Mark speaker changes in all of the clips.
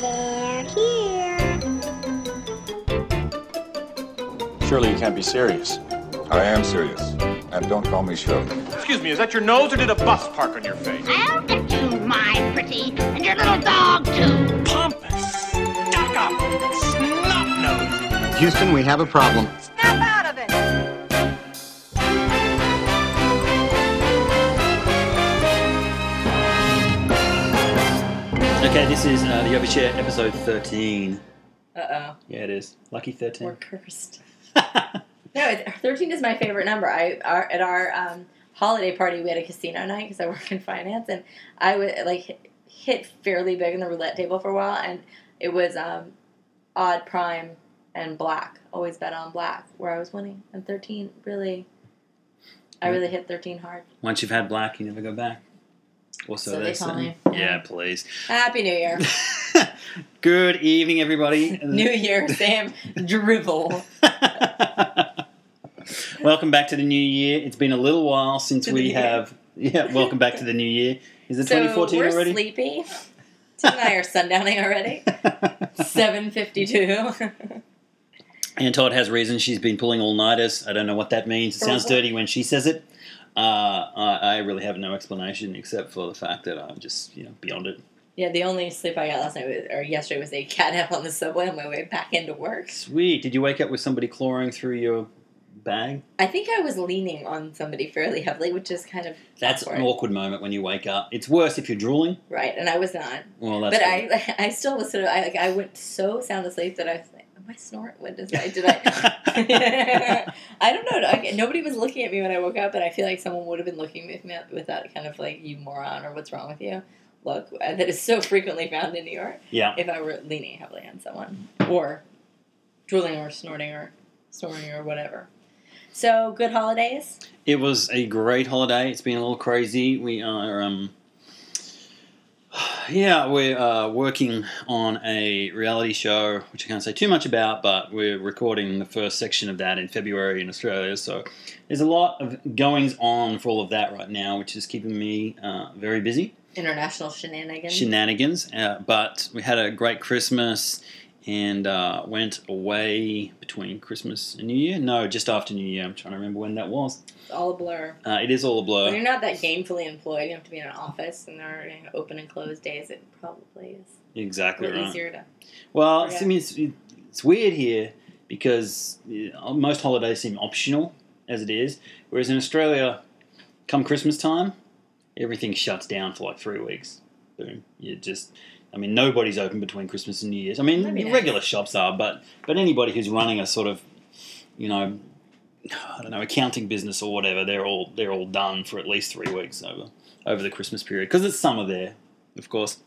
Speaker 1: they're here.
Speaker 2: Surely you can't be serious.
Speaker 3: I am serious. And don't call me Shirley.
Speaker 4: Excuse me, is that your nose or did a bus park on your face?
Speaker 5: I'll get you, my pretty, and your little dog, too.
Speaker 6: pompous, stuck up, snot nosed.
Speaker 7: Houston, we have a problem.
Speaker 8: Snap out of it!
Speaker 9: Okay, this is uh, the Overshare episode 13.
Speaker 10: Uh oh,
Speaker 9: Yeah, it is. Lucky 13.
Speaker 10: we're cursed. No, it, thirteen is my favorite number. I our, at our um, holiday party we had a casino night because I work in finance, and I would like hit- hit fairly big on the roulette table for a while, and it was um, odd prime and black. Always bet on black where I was winning, and thirteen really, I really hit thirteen hard.
Speaker 9: Once you've had black, you never go back. Also,
Speaker 10: So they tell me.
Speaker 9: Yeah, please.
Speaker 10: Happy New Year,
Speaker 9: Good evening, everybody.
Speaker 10: New Year, Sam drivel.
Speaker 9: welcome back to the new year. It's been a little while since
Speaker 10: To the
Speaker 9: we
Speaker 10: new
Speaker 9: have. Yeah, welcome back to the new year. Is it
Speaker 10: So
Speaker 9: 2014
Speaker 10: we're
Speaker 9: already?
Speaker 10: sleepy. Tim and I are sundowning already. Seven fifty-two.
Speaker 9: And Todd has reason. She's been pulling all nighters. I don't know what that means. It
Speaker 10: For
Speaker 9: sounds
Speaker 10: what?
Speaker 9: dirty when she says it. Uh, I, I really have no explanation except for the fact that I'm just you know beyond it.
Speaker 10: Yeah, the only sleep I got last night was, or yesterday was a cat nap on the subway on my way back into work.
Speaker 9: Sweet. Did you wake up with somebody clawing through your bag?
Speaker 10: I think I was leaning on somebody fairly heavily, which is kind of
Speaker 9: That's
Speaker 10: awkward.
Speaker 9: an awkward moment when you wake up. It's worse if you're drooling.
Speaker 10: right, and I was not.
Speaker 9: Well, that's
Speaker 10: But
Speaker 9: good.
Speaker 10: I, I still was sort of. I, like, I went so sound asleep that I was like, "Am I snoring? What is I did I?" I don't know. I, nobody was looking at me when I woke up, and I feel like someone would have been looking with me with that kind of like "you moron" or "what's wrong with you." Look, uh, that is so frequently found in New York.
Speaker 9: yeah.
Speaker 10: if I were leaning heavily on someone or drooling or snorting or snoring or whatever. So good holidays.
Speaker 9: It was a great holiday. It's been a little crazy. We are, um, yeah, we're uh, working on a reality show, which I can't say too much about, but we're recording the first section of that in February in Australia. So there's a lot of goings on for all of that right now, which is keeping me uh, very busy.
Speaker 10: International shenanigans.
Speaker 9: Shenanigans. Uh, but we had a great Christmas and uh, went away between Christmas and New Year. No, just after New Year. I'm trying to remember when that was.
Speaker 10: It's all a blur.
Speaker 9: Uh, it is all a blur.
Speaker 10: When you're not that gainfully employed, you have to be in an office and there are you know, open and closed days. It probably is a
Speaker 9: Exactly
Speaker 10: little
Speaker 9: right.
Speaker 10: easier to.
Speaker 9: Well,
Speaker 10: Yeah.
Speaker 9: I mean, it's, it's weird here because uh, most holidays seem optional as it is, whereas in Australia, come Christmas time, everything shuts down for like three weeks. Boom. You just, I mean, nobody's open between Christmas and New Year's. I mean,
Speaker 10: That'd be nice.
Speaker 9: regular shops are, but but anybody who's running a sort of, you know, I don't know, accounting business or whatever, they're all they're all done for at least three weeks over over the Christmas period because it's summer there, of course,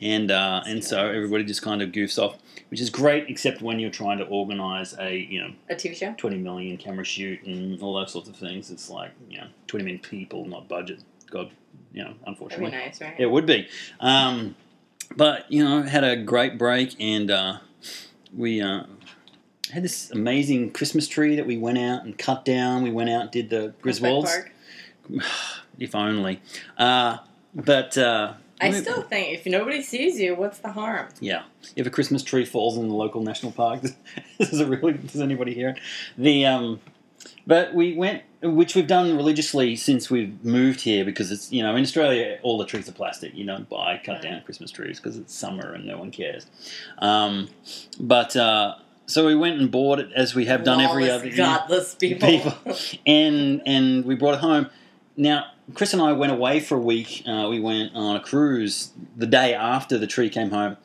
Speaker 9: and uh, and so everybody just kind of goofs off, which is great, except when you're trying to organise a you know
Speaker 10: A TV show?
Speaker 9: twenty million camera shoot and all those sorts of things. It's like you know twenty million people, not budget. God, you know,
Speaker 10: That'd be
Speaker 9: unfortunately,
Speaker 10: nice, right?
Speaker 9: it would be. Um, but you know, had a great break, and uh, we uh, had this amazing Christmas tree that we went out and cut down. We went out, and did the
Speaker 10: Prospect
Speaker 9: Griswolds,
Speaker 10: Park.
Speaker 9: if only. Uh, but uh,
Speaker 10: I
Speaker 9: we-
Speaker 10: still think if nobody sees you, what's the harm?
Speaker 9: yeah. If a Christmas tree falls in the local national park, does it really? Does anybody hear it? The um, but we went, which we've done religiously since we've moved here, because it's you know in Australia all the trees are plastic. You don't buy cut down Christmas trees because it's summer and no one cares. Um, but uh, so we went and bought it as we have done every
Speaker 10: Lawless,
Speaker 9: other year
Speaker 10: godless people.
Speaker 9: people, and and we brought it home. Now, Chris and I went away for a week. Uh, we went on a cruise the day after the tree came home.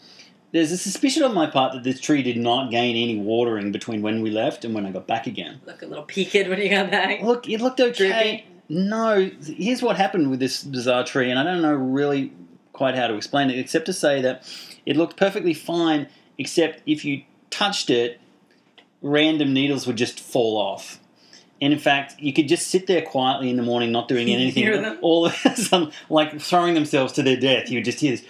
Speaker 9: There's a suspicion on my part that this tree did not gain any watering between when we left and when I got back again.
Speaker 10: Look a little peaked when you got back.
Speaker 9: Look, it looked okay. No, here's what happened with this bizarre tree, and I don't know really quite how to explain it, except to say that it looked perfectly fine, except if you touched it, random needles would just fall off. And in fact, you could just sit there quietly in the morning, not doing anything.
Speaker 10: Hear them.
Speaker 9: All of a sudden, like throwing themselves to their death, you would just hear this,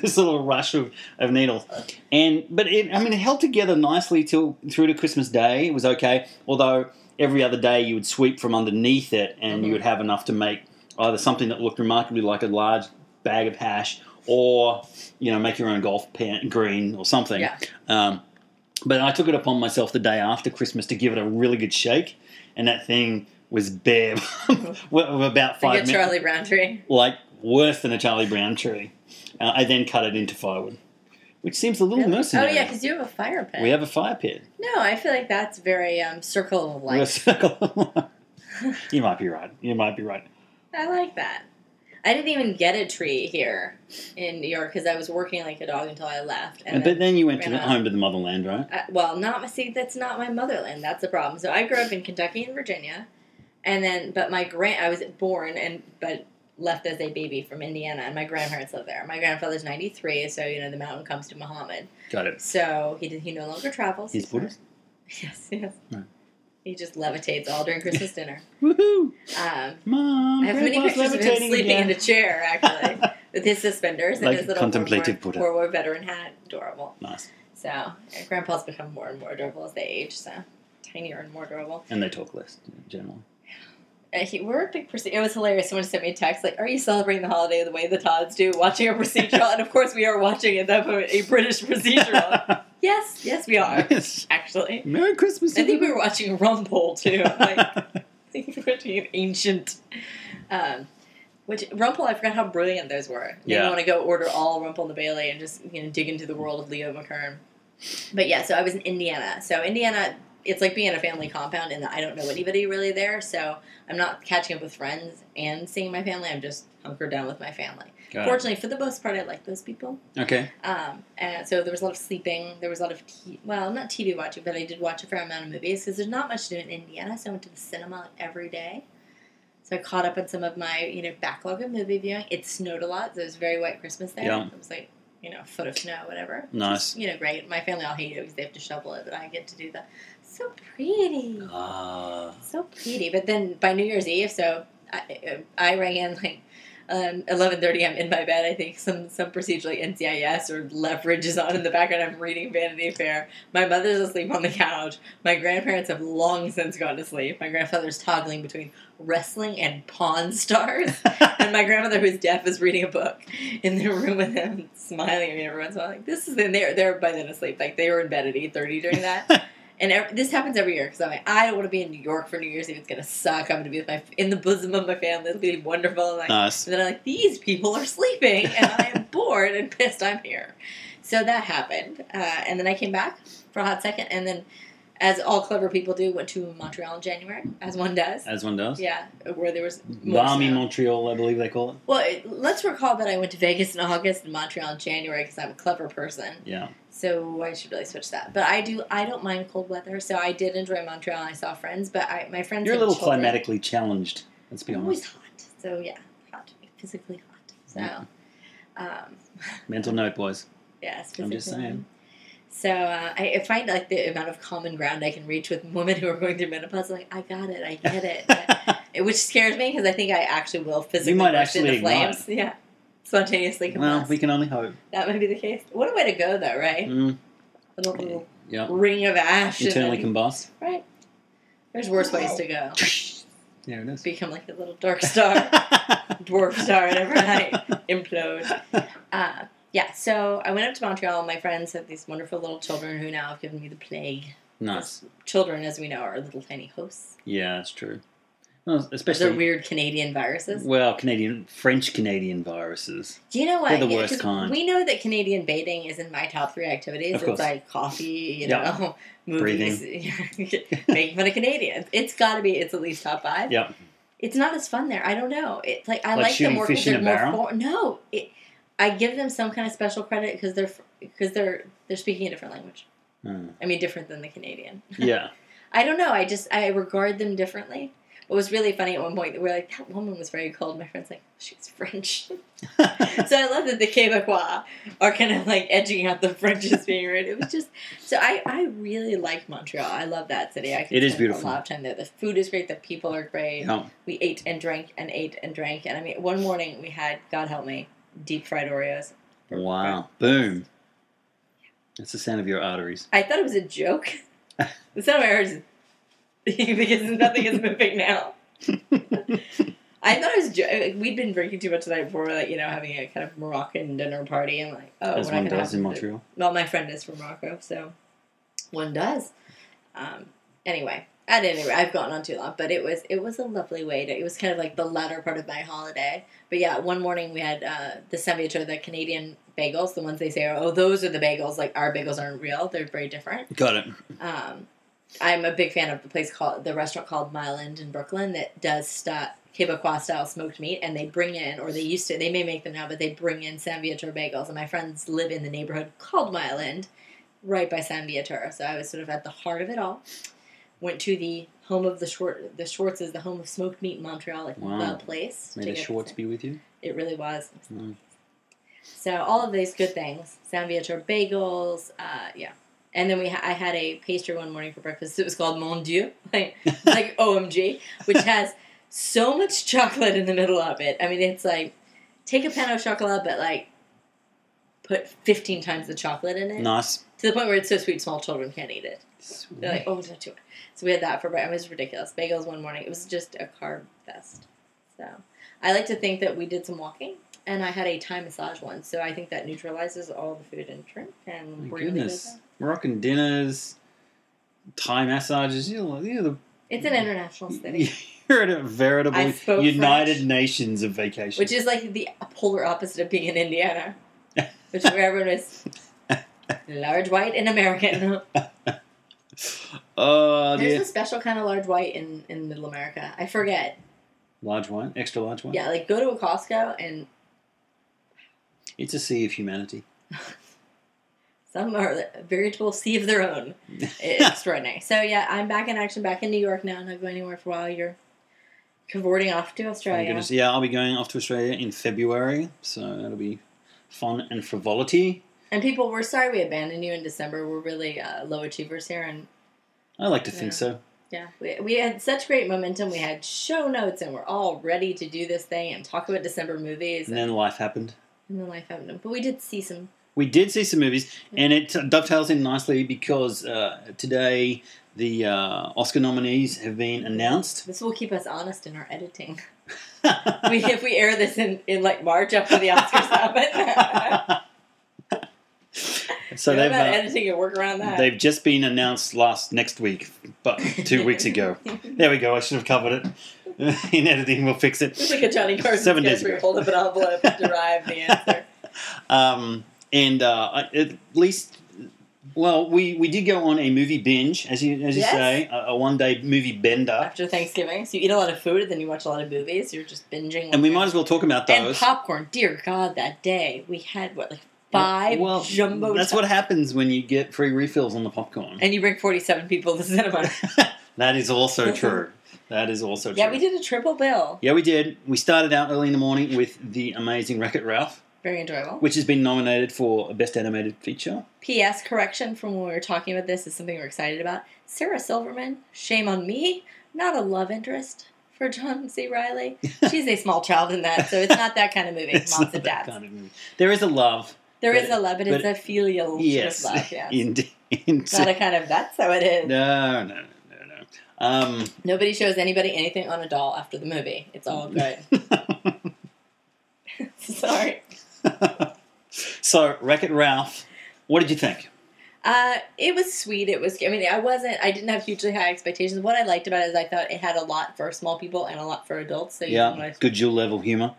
Speaker 9: this little rush of, of needles. And but it, I mean, it held together nicely till through to Christmas Day. It was okay, although every other day you would sweep from underneath it,
Speaker 10: Mm-hmm.
Speaker 9: and you would have enough to make either something that looked remarkably like a large bag of hash or you know make your own golf pan, green or something.
Speaker 10: Yeah.
Speaker 9: Um, but I took it upon myself the day after Christmas to give it a really good shake, and that thing was bare of about
Speaker 10: Like
Speaker 9: five
Speaker 10: a
Speaker 9: minutes,
Speaker 10: Charlie Brown tree.
Speaker 9: like worse than a Charlie Brown tree. Uh, I then cut it into firewood, which seems a little
Speaker 10: Oh
Speaker 9: mercenary.
Speaker 10: yeah, because you have a fire pit.
Speaker 9: we have a fire pit.
Speaker 10: no, I feel like that's very um, circle of
Speaker 9: We're a
Speaker 10: life.
Speaker 9: circle. you might be right. You might be right.
Speaker 10: I like that. I didn't even get a tree here in New York because I was working like a dog until I left. And
Speaker 9: but then you went to
Speaker 10: ran
Speaker 9: the,
Speaker 10: out.
Speaker 9: home to the motherland, right?
Speaker 10: uh, well, not my see. That's not my motherland. That's the problem. So I grew up in Kentucky and Virginia, and then but my grand I was born and but left as a baby from Indiana, and my grandparents live there. My grandfather's ninety three, so you know the mountain comes to Muhammad.
Speaker 9: Got it.
Speaker 10: So he did, he no longer travels.
Speaker 9: He's Buddhist.
Speaker 10: Yes, yes.
Speaker 9: Right.
Speaker 10: He just levitates all during Christmas dinner.
Speaker 9: Woohoo!
Speaker 10: Um,
Speaker 9: Mom,
Speaker 10: I have many
Speaker 9: Grandpa's
Speaker 10: pictures of him
Speaker 9: levitating
Speaker 10: sleeping
Speaker 9: again.
Speaker 10: in a chair, actually, with his suspenders
Speaker 9: Like
Speaker 10: and his little
Speaker 9: contemplative
Speaker 10: World
Speaker 9: Buddha.
Speaker 10: War, World War veteran hat. Adorable.
Speaker 9: Nice.
Speaker 10: So yeah, grandpa's become more and more adorable as they age. So tinier and more adorable.
Speaker 9: And they talk less generally.
Speaker 10: Uh, he, we're a big procedure. It was hilarious. Someone sent me a text like, "Are you celebrating the holiday the way the Tods do, watching a procedural?" and of course, we are watching at that moment a British procedural. yes, yes, we are
Speaker 9: Yes.
Speaker 10: actually.
Speaker 9: Merry Christmas.
Speaker 10: I think we were watching Rumble too. Like, between ancient. Um, which Rumpel, I forgot how brilliant those were. Maybe
Speaker 9: Yeah.
Speaker 10: I want to go order all Rumpel and the Bailey and just you know dig into the world of Leo McKern. But yeah, so I was in Indiana. So Indiana, it's like being in a family compound, and I don't know anybody really there. So I'm not catching up with friends and seeing my family. I'm just hunkered down with my family.
Speaker 9: Got it.
Speaker 10: Fortunately, for the most part, I like those people.
Speaker 9: Okay.
Speaker 10: Um, and so there was a lot of sleeping. There was a lot of t- well, not TV watching, but I did watch a fair amount of movies because there's not much to do in Indiana. So I went to the cinema like every day. So I caught up on some of my you know backlog of movie viewing. It snowed a lot, so it was a very white Christmas there.
Speaker 9: Yeah.
Speaker 10: It was like you know a foot of snow, whatever.
Speaker 9: Nice.
Speaker 10: You know, great. My family all hate it because they have to shovel it, but I get to do that. So pretty,
Speaker 9: Ah.
Speaker 10: so pretty. But then by New Year's Eve, so I, I rang in like um, 11.30 i'm in my bed i think some some procedure like ncis or leverage is on in the background i'm reading vanity fair my mother's asleep on the couch my grandparents have long since gone to sleep my grandfather's toggling between wrestling and pawn stars and my grandmother who's deaf is reading a book in the room with him smiling at me every once in a while like this is in there they're by then asleep like they were in bed at 8.30 during that And ev this happens every year because I'm like, I don't want to be in New York for New Year's Eve. It's gonna suck. I'm gonna be with my in the bosom of my family. It's gonna be wonderful. And like,
Speaker 9: Nice.
Speaker 10: and then I'm like, these people are sleeping, and I am bored and pissed I'm here. So that happened. Uh, and then I came back for a hot second, and then, as all clever people do, went to Montreal in January, as one does.
Speaker 9: As one does.
Speaker 10: Yeah, where there was more
Speaker 9: Balmy
Speaker 10: snow.
Speaker 9: Montreal, I believe they call it.
Speaker 10: Well, it, let's recall that I went to Vegas in August and Montreal in January because I'm a clever person.
Speaker 9: Yeah.
Speaker 10: So I should really switch that. But I do. I don't mind cold weather, so I did enjoy Montreal. and I saw friends, but I, my friends.
Speaker 9: You're a
Speaker 10: had
Speaker 9: little
Speaker 10: children.
Speaker 9: climatically challenged. Let's be
Speaker 10: I'm
Speaker 9: honest.
Speaker 10: always hot. So yeah, hot, physically hot. So, um,
Speaker 9: Mental note, boys.
Speaker 10: yes, physically.
Speaker 9: Mm-hmm. I'm just saying.
Speaker 10: So uh, I I find like the amount of common ground I can reach with women who are going through menopause. Like I got it, I get it, It- which scares me because I think I actually will physically
Speaker 9: might
Speaker 10: burst
Speaker 9: actually
Speaker 10: into
Speaker 9: ignite.
Speaker 10: flames. Yeah, spontaneously combust.
Speaker 9: well, we can only hope.
Speaker 10: That might be the case. What a way to go, though, right?
Speaker 9: Mm,
Speaker 10: Little, little
Speaker 9: yeah.
Speaker 10: ring of ash. and
Speaker 9: Internally
Speaker 10: then-
Speaker 9: combust.
Speaker 10: Right. There's worse ways to go.
Speaker 9: There it is.
Speaker 10: Become like a little dark star, dwarf star, and overnight implode. Uh, yeah, so I went up to Montreal. My friends had these wonderful little children who now have given me the plague.
Speaker 9: nice.
Speaker 10: Children, as we know, are little tiny hosts.
Speaker 9: Yeah, that's true. Well, especially
Speaker 10: They're weird Canadian viruses.
Speaker 9: well, Canadian French Canadian viruses.
Speaker 10: Do you know what?
Speaker 9: They're the
Speaker 10: Yeah,
Speaker 9: worst
Speaker 10: 'cause
Speaker 9: kind.
Speaker 10: We know that Canadian baiting is in my top three activities.
Speaker 9: Of course.
Speaker 10: It's like coffee, you
Speaker 9: Yeah.
Speaker 10: know, movies, making fun of Canadians. It's got to be. It's at least top five.
Speaker 9: Yep.
Speaker 10: It's not as fun there. I don't know. It's like I
Speaker 9: Like
Speaker 10: like, them
Speaker 9: shooting
Speaker 10: more
Speaker 9: fish
Speaker 10: because
Speaker 9: in
Speaker 10: they're
Speaker 9: a
Speaker 10: more.
Speaker 9: barrel?
Speaker 10: For, no, it, I give them some kind of special credit because they're because they're they're speaking a different language.
Speaker 9: Hmm.
Speaker 10: I mean, different than the Canadian.
Speaker 9: Yeah.
Speaker 10: I don't know. I just I regard them differently. What was really funny at one point, we were like, that woman was very cold. My friend's like, she's French. so I love that the Quebecois are kind of like edging out the French as being rude. It was just so I, I really like Montreal. I love that city. I could
Speaker 9: It is
Speaker 10: spend
Speaker 9: beautiful.
Speaker 10: A lot of time there. The food is great. The people are great.
Speaker 9: yeah.
Speaker 10: We ate and drank and ate and drank. And I mean, one morning we had God help me deep fried Oreos.
Speaker 9: Wow. Boom. That's the sound of your arteries.
Speaker 10: I thought it was a joke. the sound of my heart is because nothing is moving now. I thought I was. Jo- like, we'd been drinking too much the night before, like you know, having a kind of Moroccan dinner party, and like, oh,
Speaker 9: as
Speaker 10: we're not
Speaker 9: one
Speaker 10: gonna
Speaker 9: does
Speaker 10: have
Speaker 9: in
Speaker 10: to-
Speaker 9: Montreal.
Speaker 10: Well, my friend is from Morocco, so one does. Um, anyway, at any rate, I've gone on too long, but it was it was a lovely way to. It was kind of like the latter part of my holiday. But yeah, one morning we had uh, the sandwich or the Canadian bagels, the ones they say, oh, those are the bagels. Like our bagels aren't real; they're very different.
Speaker 9: Got it.
Speaker 10: Um, I'm a big fan of the place called the restaurant called Mile End in Brooklyn that does sta Quebecois style smoked meat, and they bring in, or they used to, they may make them now, but they bring in San Viator bagels. And my friends live in the neighborhood called Mile End, right by San Viator, so I was sort of at the heart of it all. Went to the home of the short, the Schwartz is the home of smoked meat in Montreal, like
Speaker 9: Wow.
Speaker 10: the place.
Speaker 9: May
Speaker 10: to
Speaker 9: the
Speaker 10: get-
Speaker 9: Schwartz be with you.
Speaker 10: It really was.
Speaker 9: Mm.
Speaker 10: So all of these good things, San Viator bagels, uh, yeah. And then we, ha- I had a pastry one morning for breakfast. It was called Mon Dieu, like, like OMG, which has so much chocolate in the middle of it. I mean, it's like take a pan of chocolate, but like put fifteen times the chocolate in it
Speaker 9: Nice.
Speaker 10: to the point where it's so sweet small children can't eat it.
Speaker 9: Sweet.
Speaker 10: They're like, oh, don't do it. So we had that for breakfast. It was ridiculous. Bagels one morning. It was just a carb fest. So I like to think that we did some walking, and I had a Thai massage once. So I think that neutralizes all the food and drink. And
Speaker 9: My
Speaker 10: really good
Speaker 9: goodness.
Speaker 10: there.
Speaker 9: Moroccan dinners, Thai massages. You know, you know,
Speaker 10: it's an international
Speaker 9: the,
Speaker 10: city,
Speaker 9: you're at a veritable
Speaker 10: I spoke
Speaker 9: United
Speaker 10: French.
Speaker 9: Nations of vacation.
Speaker 10: which is like the polar opposite of being in Indiana, which where everyone is large white and American.
Speaker 9: oh,
Speaker 10: There's
Speaker 9: dear.
Speaker 10: a special kind of large white in in Middle America. I forget.
Speaker 9: large one, extra large one.
Speaker 10: Yeah, like go to a Costco and
Speaker 9: It's a sea of humanity.
Speaker 10: Oh, Some are a veritable sea of their own. It's extraordinary. So yeah, I'm back in action, back in New York now, not going anywhere for a while. You're cavorting off to
Speaker 9: Thank
Speaker 10: Australia.
Speaker 9: goodness. Yeah, I'll be going off to Australia in February, so that'll be fun and frivolity.
Speaker 10: And people, we're sorry we abandoned you in December. We're really uh, low achievers here, and
Speaker 9: I like to
Speaker 10: Yeah.
Speaker 9: think so.
Speaker 10: yeah, we, we had such great momentum. We had show notes, and we're all ready to do this thing and talk about December movies
Speaker 9: And then life happened.
Speaker 10: and the life happened. But we did see some.
Speaker 9: We did see some movies, and it dovetails in nicely because uh, today the uh, Oscar nominees have been announced.
Speaker 10: This will keep us honest in our editing. we, if we air this in, in like March after the Oscars happen.
Speaker 9: so
Speaker 10: What
Speaker 9: they've
Speaker 10: about
Speaker 9: uh,
Speaker 10: editing and work around that?
Speaker 9: they've just been announced last next week, but two weeks ago. There we go. I should have covered it. in editing, we'll fix it.
Speaker 10: It's like a Johnny Carson
Speaker 9: Seven
Speaker 10: sketch
Speaker 9: days
Speaker 10: where you
Speaker 9: ago.
Speaker 10: hold up an envelope and derive the answer.
Speaker 9: Um, and uh, I- at least, well, we, we did go on a movie binge, as you as you
Speaker 10: Yes.
Speaker 9: say, a, a one day movie bender,
Speaker 10: After Thanksgiving, so you eat a lot of food and then you watch a lot of movies. You're just binging.
Speaker 9: and we might as well talk about
Speaker 10: And
Speaker 9: those.
Speaker 10: popcorn. Dear God, that day we had what like five
Speaker 9: well,
Speaker 10: jumbo.
Speaker 9: That's
Speaker 10: tub-
Speaker 9: what happens when you get free refills on the popcorn.
Speaker 10: And you bring forty-seven people to the cinema.
Speaker 9: that is also true. That is also true.
Speaker 10: yeah, we did a triple bill.
Speaker 9: Yeah, we did. We started out early in the morning with the amazing Wreck It Ralph,
Speaker 10: Very enjoyable.
Speaker 9: which has been nominated for Best Animated Feature.
Speaker 10: P.S. Correction from when we were talking about this is something we're excited about. Sarah Silverman, shame on me, not a love interest for John C. Riley. She's a small child in that, so it's not that kind of movie.
Speaker 9: It's
Speaker 10: moms
Speaker 9: not
Speaker 10: and
Speaker 9: that
Speaker 10: dads.
Speaker 9: kind of movie. There is a love.
Speaker 10: There
Speaker 9: But-
Speaker 10: is a love, but it's
Speaker 9: but-
Speaker 10: a filial
Speaker 9: Yes.
Speaker 10: Oh, sort of love. Yeah,
Speaker 9: Indeed. Indeed.
Speaker 10: not a kind of that's how it is.
Speaker 9: No, no, no, no, no. Um,
Speaker 10: Nobody shows anybody anything on a doll after the movie. It's all good. Sorry.
Speaker 9: so, Wreck It Ralph, what did you think?
Speaker 10: Uh, it was sweet. It was. I mean, I wasn't. I didn't have hugely high expectations. What I liked about it is I thought it had a lot for small people and a lot for adults. So you
Speaker 9: Yeah,
Speaker 10: didn't want to-
Speaker 9: good Jewel level humor.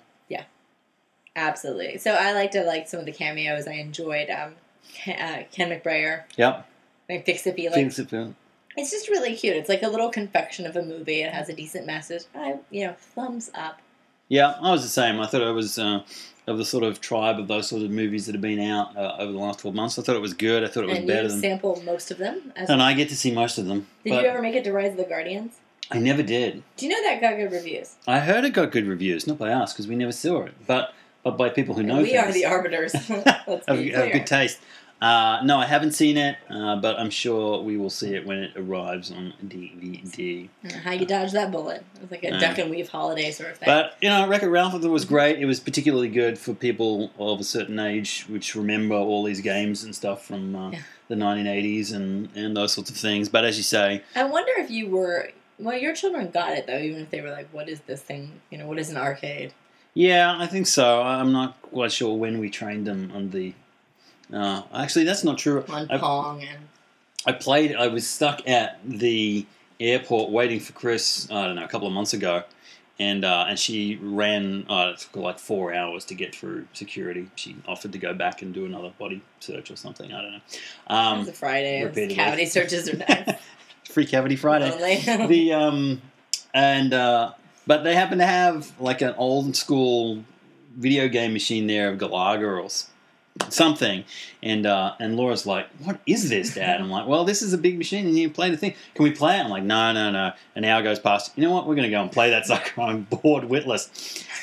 Speaker 10: absolutely. So I liked. I liked some of the cameos. I enjoyed um, Ken, uh, Ken McBrayer.
Speaker 9: Yep.
Speaker 10: Like fix it, be like
Speaker 9: Things that feel-
Speaker 10: It's just really cute. It's like a little confection of a movie. It has a decent message. I, you know, thumbs up.
Speaker 9: Yeah, I was the same. I thought I was uh, of the sort of tribe of those sort of movies that have been out uh, over the last 12 months. I thought it was good. I thought it was
Speaker 10: and
Speaker 9: better
Speaker 10: you
Speaker 9: than.
Speaker 10: sample most of them. As
Speaker 9: and I get to see most of them.
Speaker 10: Did
Speaker 9: but
Speaker 10: you ever make it to Rise of the Guardians?
Speaker 9: I never did.
Speaker 10: Do you know that got good reviews?
Speaker 9: I heard it got good reviews, not by us, because we never saw it, but, but by people who know
Speaker 10: we
Speaker 9: things.
Speaker 10: are the arbiters. Let's
Speaker 9: have,
Speaker 10: be
Speaker 9: have
Speaker 10: clear.
Speaker 9: good taste. Uh, no, I haven't seen it, uh, but I'm sure we will see it when it arrives on DVD.
Speaker 10: How you dodge that bullet? It was like a
Speaker 9: Um,
Speaker 10: duck and weave holiday sort of thing.
Speaker 9: But you know, Wreck-It Ralph I thought it was great. It was particularly good for people of a certain age, which remember all these games and stuff from uh,
Speaker 10: Yeah.
Speaker 9: the 1980s and and those sorts of things. But as you say,
Speaker 10: I wonder if you were Well, your children got it though, even if they were like, "What is this thing? You know, what is an arcade?"
Speaker 9: Yeah, I think so. I- I'm not quite sure when we trained them on the. Uh, actually, that's not true.
Speaker 10: On
Speaker 9: I-
Speaker 10: Pong and
Speaker 9: I played. I was stuck at the airport waiting for Chris. I don't know, a couple of months ago, and uh, and she ran. Uh, it took her like four hours to get through security. She offered to go back and do another body search or something. I don't know.
Speaker 10: it was
Speaker 9: Um,
Speaker 10: a Friday. it was
Speaker 9: repeatedly.
Speaker 10: Cavity searches are next.
Speaker 9: Free cavity Friday.
Speaker 10: Lonely.
Speaker 9: the um, and uh, but they happen to have like an old school video game machine there of Galaga or s- something, and uh, and Laura's like, "What is this, Dad?" I'm like, "Well, this is a big machine, and you play the thing. Can we play it?" I'm like, "No, no, no." An hour goes past. You know what? We're gonna go and play that sucker. I'm bored, witless,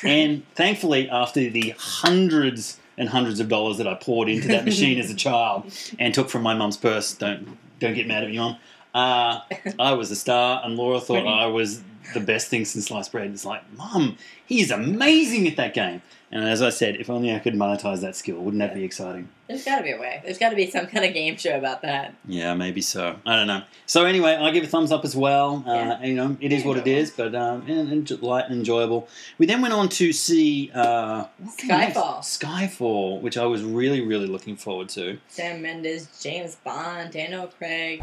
Speaker 9: and thankfully, after the hundreds and hundreds of dollars that I poured into that machine as a child and took from my mum's purse, don't don't get mad at me, mum. Uh, I was a star, and Laura thought I was the best thing since sliced bread. It's like, Mum, he is amazing at that game. And as I said, if only I could monetize that skill, wouldn't that be exciting?
Speaker 10: There's got to be a way. There's got to be some kind of game show about that.
Speaker 9: Yeah, maybe so. I don't know. So anyway, I give a thumbs up as well. Uh,
Speaker 10: Yeah.
Speaker 9: you know, it is what it is, but um, and, and light and enjoyable. We then went on to see uh, what came next?
Speaker 10: Skyfall.
Speaker 9: Skyfall, which I was really, really looking forward to.
Speaker 10: Sam Mendes, James Bond, Daniel Craig.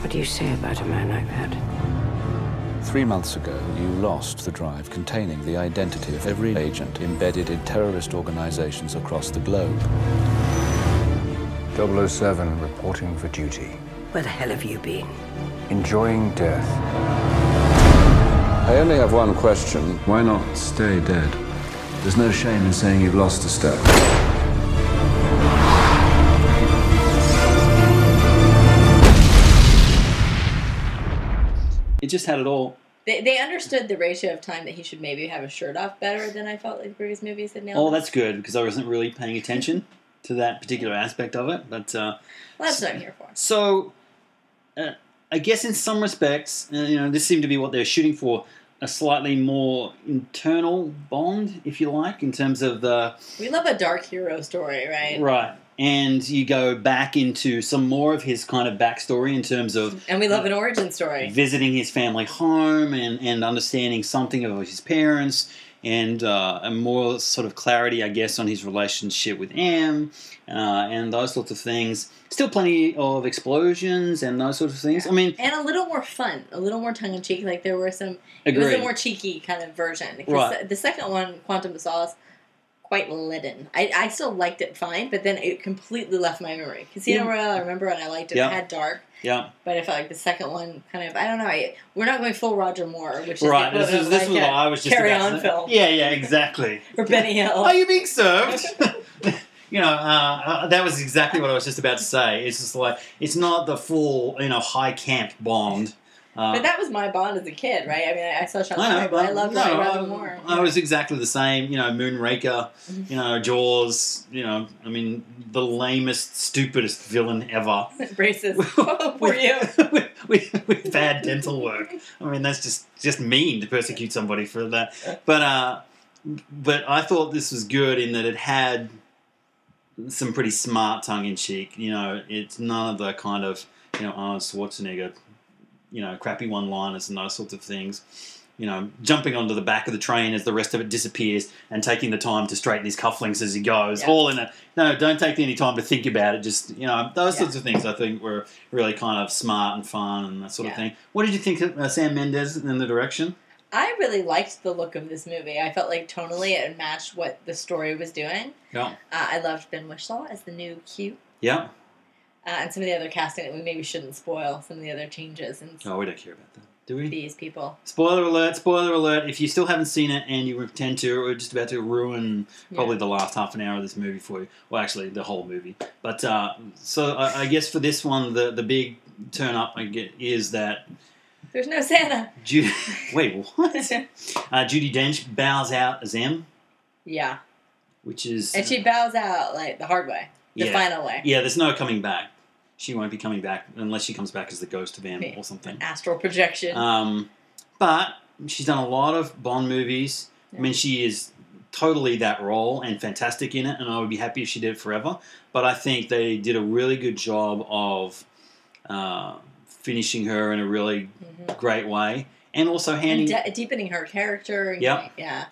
Speaker 7: What do you say about a man like that?
Speaker 8: Three months ago, you lost the drive containing the identity of every agent embedded in terrorist organizations across the globe.
Speaker 11: 007 reporting for duty.
Speaker 7: Where the hell have you been?
Speaker 11: Enjoying death.
Speaker 8: I only have one question. Why not stay dead?
Speaker 11: There's no shame in saying you've lost a step.
Speaker 9: It just had it all.
Speaker 10: They, they understood the ratio of time that he should maybe have a shirt off better than I felt like previous movies had nailed.
Speaker 9: Oh,
Speaker 10: it.
Speaker 9: that's good because I wasn't really paying attention to that particular aspect of it. But uh,
Speaker 10: well, that's what I'm here for.
Speaker 9: So, uh, I guess in some respects, uh, you know, this seemed to be what they were shooting for. A slightly more internal bond, if you like, in terms of the
Speaker 10: We love a dark hero story, right?
Speaker 9: right, and you go back into some more of his kind of backstory in terms of
Speaker 10: And we love an origin story.
Speaker 9: visiting his family home and, and understanding something of his parents and uh, a more sort of clarity, I guess, on his relationship with Am uh, and those sorts of things. Still plenty of explosions and those sorts of things. I mean,
Speaker 10: And a little more fun, a little more tongue in cheek. Like there were some, it was
Speaker 9: Agreed.
Speaker 10: a more cheeky kind of version. 'Cause
Speaker 9: Right.
Speaker 10: The second one, Quantum of Solace, quite leaden. I, I still liked it fine, but then it completely left my memory. Casino
Speaker 9: Yeah.
Speaker 10: Royale, I remember and I liked it.
Speaker 9: Yeah.
Speaker 10: It had dark,
Speaker 9: Yeah,
Speaker 10: but I felt like the second one kind of I don't know. I, we're not going full Roger Moore, which is
Speaker 9: right.
Speaker 10: the
Speaker 9: This is
Speaker 10: equivalent
Speaker 9: this
Speaker 10: of
Speaker 9: was
Speaker 10: like
Speaker 9: what
Speaker 10: a
Speaker 9: I was just
Speaker 10: carry
Speaker 9: about
Speaker 10: on
Speaker 9: to say.
Speaker 10: film
Speaker 9: Yeah, yeah, exactly.
Speaker 10: or Benny Hill.
Speaker 9: Are you being served? you know, uh, uh, that was exactly what I was just about to say. It's just like it's not the full, you know, high camp Bond. Uh,
Speaker 10: But that was my Bond as a kid, right? I mean, I, I saw Sean
Speaker 9: I know,
Speaker 10: Connery, but I
Speaker 9: but
Speaker 10: loved
Speaker 9: no,
Speaker 10: Roger
Speaker 9: I,
Speaker 10: Moore.
Speaker 9: I was exactly the same. You know, Moonraker, you know, Jaws. You know, I mean, the lamest, stupidest villain ever.
Speaker 10: racist. Oh, for you.
Speaker 9: with, with, with bad dental work. I mean, that's just just mean to persecute somebody for that. But uh, but I thought this was good in that it had some pretty smart tongue in cheek. You know, it's none of the kind of you know Arnold Schwarzenegger, you know, crappy one liners and those sorts of things. You know, jumping onto the back of the train as the rest of it disappears and taking the time to straighten his cufflinks as he goes,
Speaker 10: Yeah.
Speaker 9: all in a no, don't take any time to think about it. Just you know, those
Speaker 10: Yeah.
Speaker 9: sorts of things I think were really kind of smart and fun and that sort of
Speaker 10: Yeah.
Speaker 9: thing. What did you think of uh, Sam Mendes and the direction?
Speaker 10: I really liked the look of this movie. I felt like tonally it matched what the story was doing.
Speaker 9: Yeah,
Speaker 10: Uh, I loved Ben Wishlaw as the new Q.
Speaker 9: yeah.
Speaker 10: Uh, and some of the other casting that we maybe shouldn't spoil, some of the other changes and
Speaker 9: Oh, we don't care about that, do we?
Speaker 10: these people.
Speaker 9: Spoiler alert, spoiler alert. If you still haven't seen it and you intend to, we're just about to ruin probably
Speaker 10: Yeah.
Speaker 9: the last half an hour of this movie for you. Well, actually, the whole movie. But uh, so I, I guess for this one, the, the big turn up I get is that
Speaker 10: There's no Santa.
Speaker 9: Judy. wait, what? Uh, Judy Dench bows out as M,
Speaker 10: yeah.
Speaker 9: which is.
Speaker 10: And she bows out like the hard way, the
Speaker 9: Yeah.
Speaker 10: final way.
Speaker 9: yeah, there's no coming back. She won't be coming back unless she comes back as the ghost of M
Speaker 10: Yeah.
Speaker 9: or something.
Speaker 10: Astral projection.
Speaker 9: Um, but she's done a lot of Bond movies. I mean, she is totally that role and fantastic in it, and I would be happy if she did it forever. But I think they did a really good job of uh, finishing her in a really
Speaker 10: Mm-hmm.
Speaker 9: great way, and also handing.
Speaker 10: de- deepening her character. And
Speaker 9: Yep.
Speaker 10: like, yeah.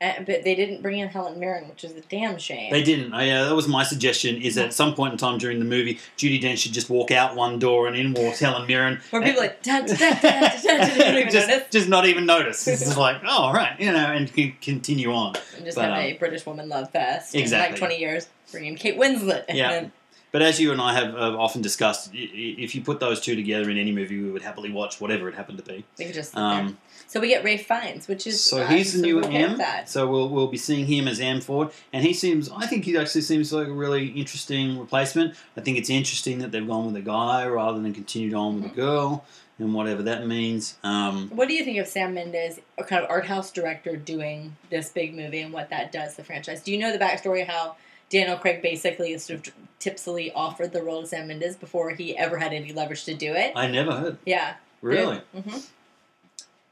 Speaker 10: Uh, but they didn't bring in Helen Mirren, which is a damn shame.
Speaker 9: They didn't. I, uh, that was my suggestion. Is that at some point in time during the movie, Judy Dench should just walk out one door and in walks Helen Mirren.
Speaker 10: Where people are like dun, dun, dun, dun, dun, dun, dun, don't even
Speaker 9: just,
Speaker 10: notice.
Speaker 9: just not even notice. It's just like, oh, all right, you know, and can continue on.
Speaker 10: And just
Speaker 9: but,
Speaker 10: have
Speaker 9: um,
Speaker 10: a British woman love fest. in,
Speaker 9: Exactly.
Speaker 10: like twenty years, bring in Kate Winslet. and
Speaker 9: Yeah.
Speaker 10: then-
Speaker 9: But as you and I have uh, often discussed, i- i- if you put those two together in any movie, we would happily watch whatever it happened to be.
Speaker 10: we could just
Speaker 9: Um,
Speaker 10: so we get Ray Fiennes, which is
Speaker 9: So
Speaker 10: I'm
Speaker 9: he's the new
Speaker 10: okay with
Speaker 9: M.
Speaker 10: That.
Speaker 9: So we'll we'll be seeing him as M Ford, and he seems. I think he actually seems like a really interesting replacement. I think it's interesting that they've gone with a guy rather than continued on with a girl, and whatever that means. Um,
Speaker 10: What do you think of Sam Mendes, a kind of art house director, doing this big movie and what that does to the franchise? Do you know the backstory of how Daniel Craig basically sort of tipsily offered the role to Sam Mendes before he ever had any leverage to do it?
Speaker 9: I never heard
Speaker 10: yeah.
Speaker 9: really.
Speaker 10: hmm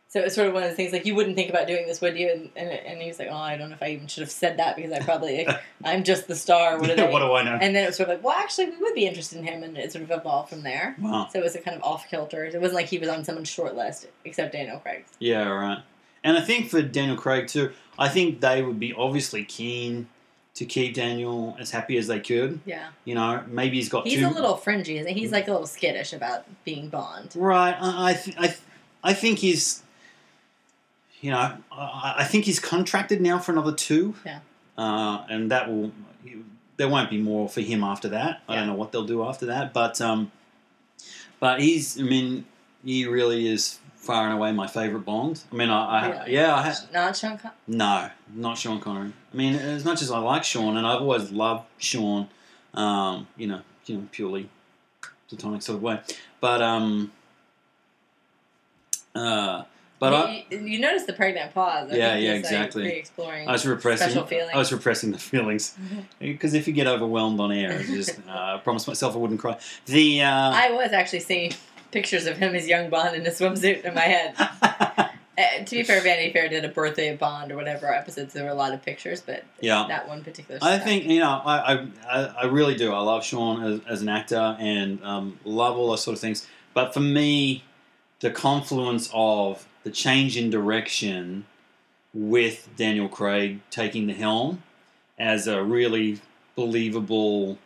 Speaker 10: So it's sort of one of the things like you wouldn't think about doing this, would you? And and, and he was like, oh, I don't know if I even should have said that because I probably like, I'm just the star. What, are they?
Speaker 9: what do I know?
Speaker 10: And then it was sort of like, well, actually, we would be interested in him, and it sort of evolved from there.
Speaker 9: Wow.
Speaker 10: So it was a kind of off kilter. It wasn't like he was on someone's short list, except Daniel Craig's.
Speaker 9: Yeah, right. And I think for Daniel Craig too, I think they would be obviously keen to keep Daniel as happy as they could.
Speaker 10: Yeah,
Speaker 9: You know, maybe he's got
Speaker 10: he's
Speaker 9: too-
Speaker 10: a little fringy, isn't he? He's like a little skittish about being Bond.
Speaker 9: Right. I I, th- I, th- I think he's, you know, I- I, I think he's contracted now for another two.
Speaker 10: Yeah.
Speaker 9: Uh, and that will, there won't be more for him after that. I don't
Speaker 10: Yeah.
Speaker 9: know what they'll do after that, but um, but he's. I mean, he really is far and away my favorite Bond. I mean, I, I
Speaker 10: Really?
Speaker 9: yeah, I ha-
Speaker 10: Not Sean Con-
Speaker 9: no, not Sean Connery. I mean, as much as I like Sean, and I've always loved Sean, um, you know, you know, purely platonic sort of way. But um, uh, but I,
Speaker 10: you, you notice the pregnant pause. I
Speaker 9: Yeah, yeah,
Speaker 10: think he's, like,
Speaker 9: exactly.
Speaker 10: re-exploring
Speaker 9: I was repressing.
Speaker 10: special feelings. Mm-hmm.
Speaker 9: I was repressing the feelings because if you get overwhelmed on air, it's just uh, I promised myself I wouldn't cry. The uh,
Speaker 10: I was actually seeing pictures of him as young Bond in a swimsuit in my head. Uh, to be fair, Vanity Fair did a birthday of Bond or whatever episodes. There were a lot of pictures, but
Speaker 9: Yeah.
Speaker 10: that one particular.
Speaker 9: I
Speaker 10: stuck.
Speaker 9: think you know I, I- I I really do. I love Sean as, as an actor and um, love all those sort of things. But for me, the confluence of the change in direction with Daniel Craig taking the helm as a really believable,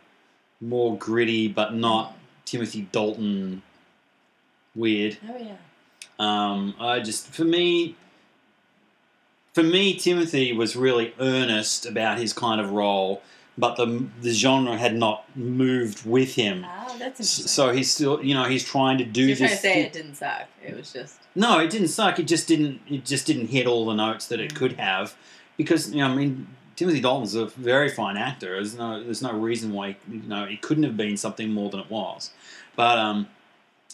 Speaker 9: more gritty, but not Timothy Dalton weird
Speaker 10: Oh yeah.
Speaker 9: um, I just for me, for me, Timothy was really earnest about his kind of role, but the the genre had not moved with him.
Speaker 10: Oh, that's
Speaker 9: S-
Speaker 10: interesting.
Speaker 9: So he's still, you know, he's trying to do
Speaker 10: You're trying to
Speaker 9: this.
Speaker 10: say
Speaker 9: thi-
Speaker 10: it didn't suck. It was just
Speaker 9: no, it didn't suck. It just didn't. It just didn't hit all the notes that it could have, because you know, I mean, Timothy Dalton's a very fine actor. There's no, there's no reason why you know it couldn't have been something more than it was. But um,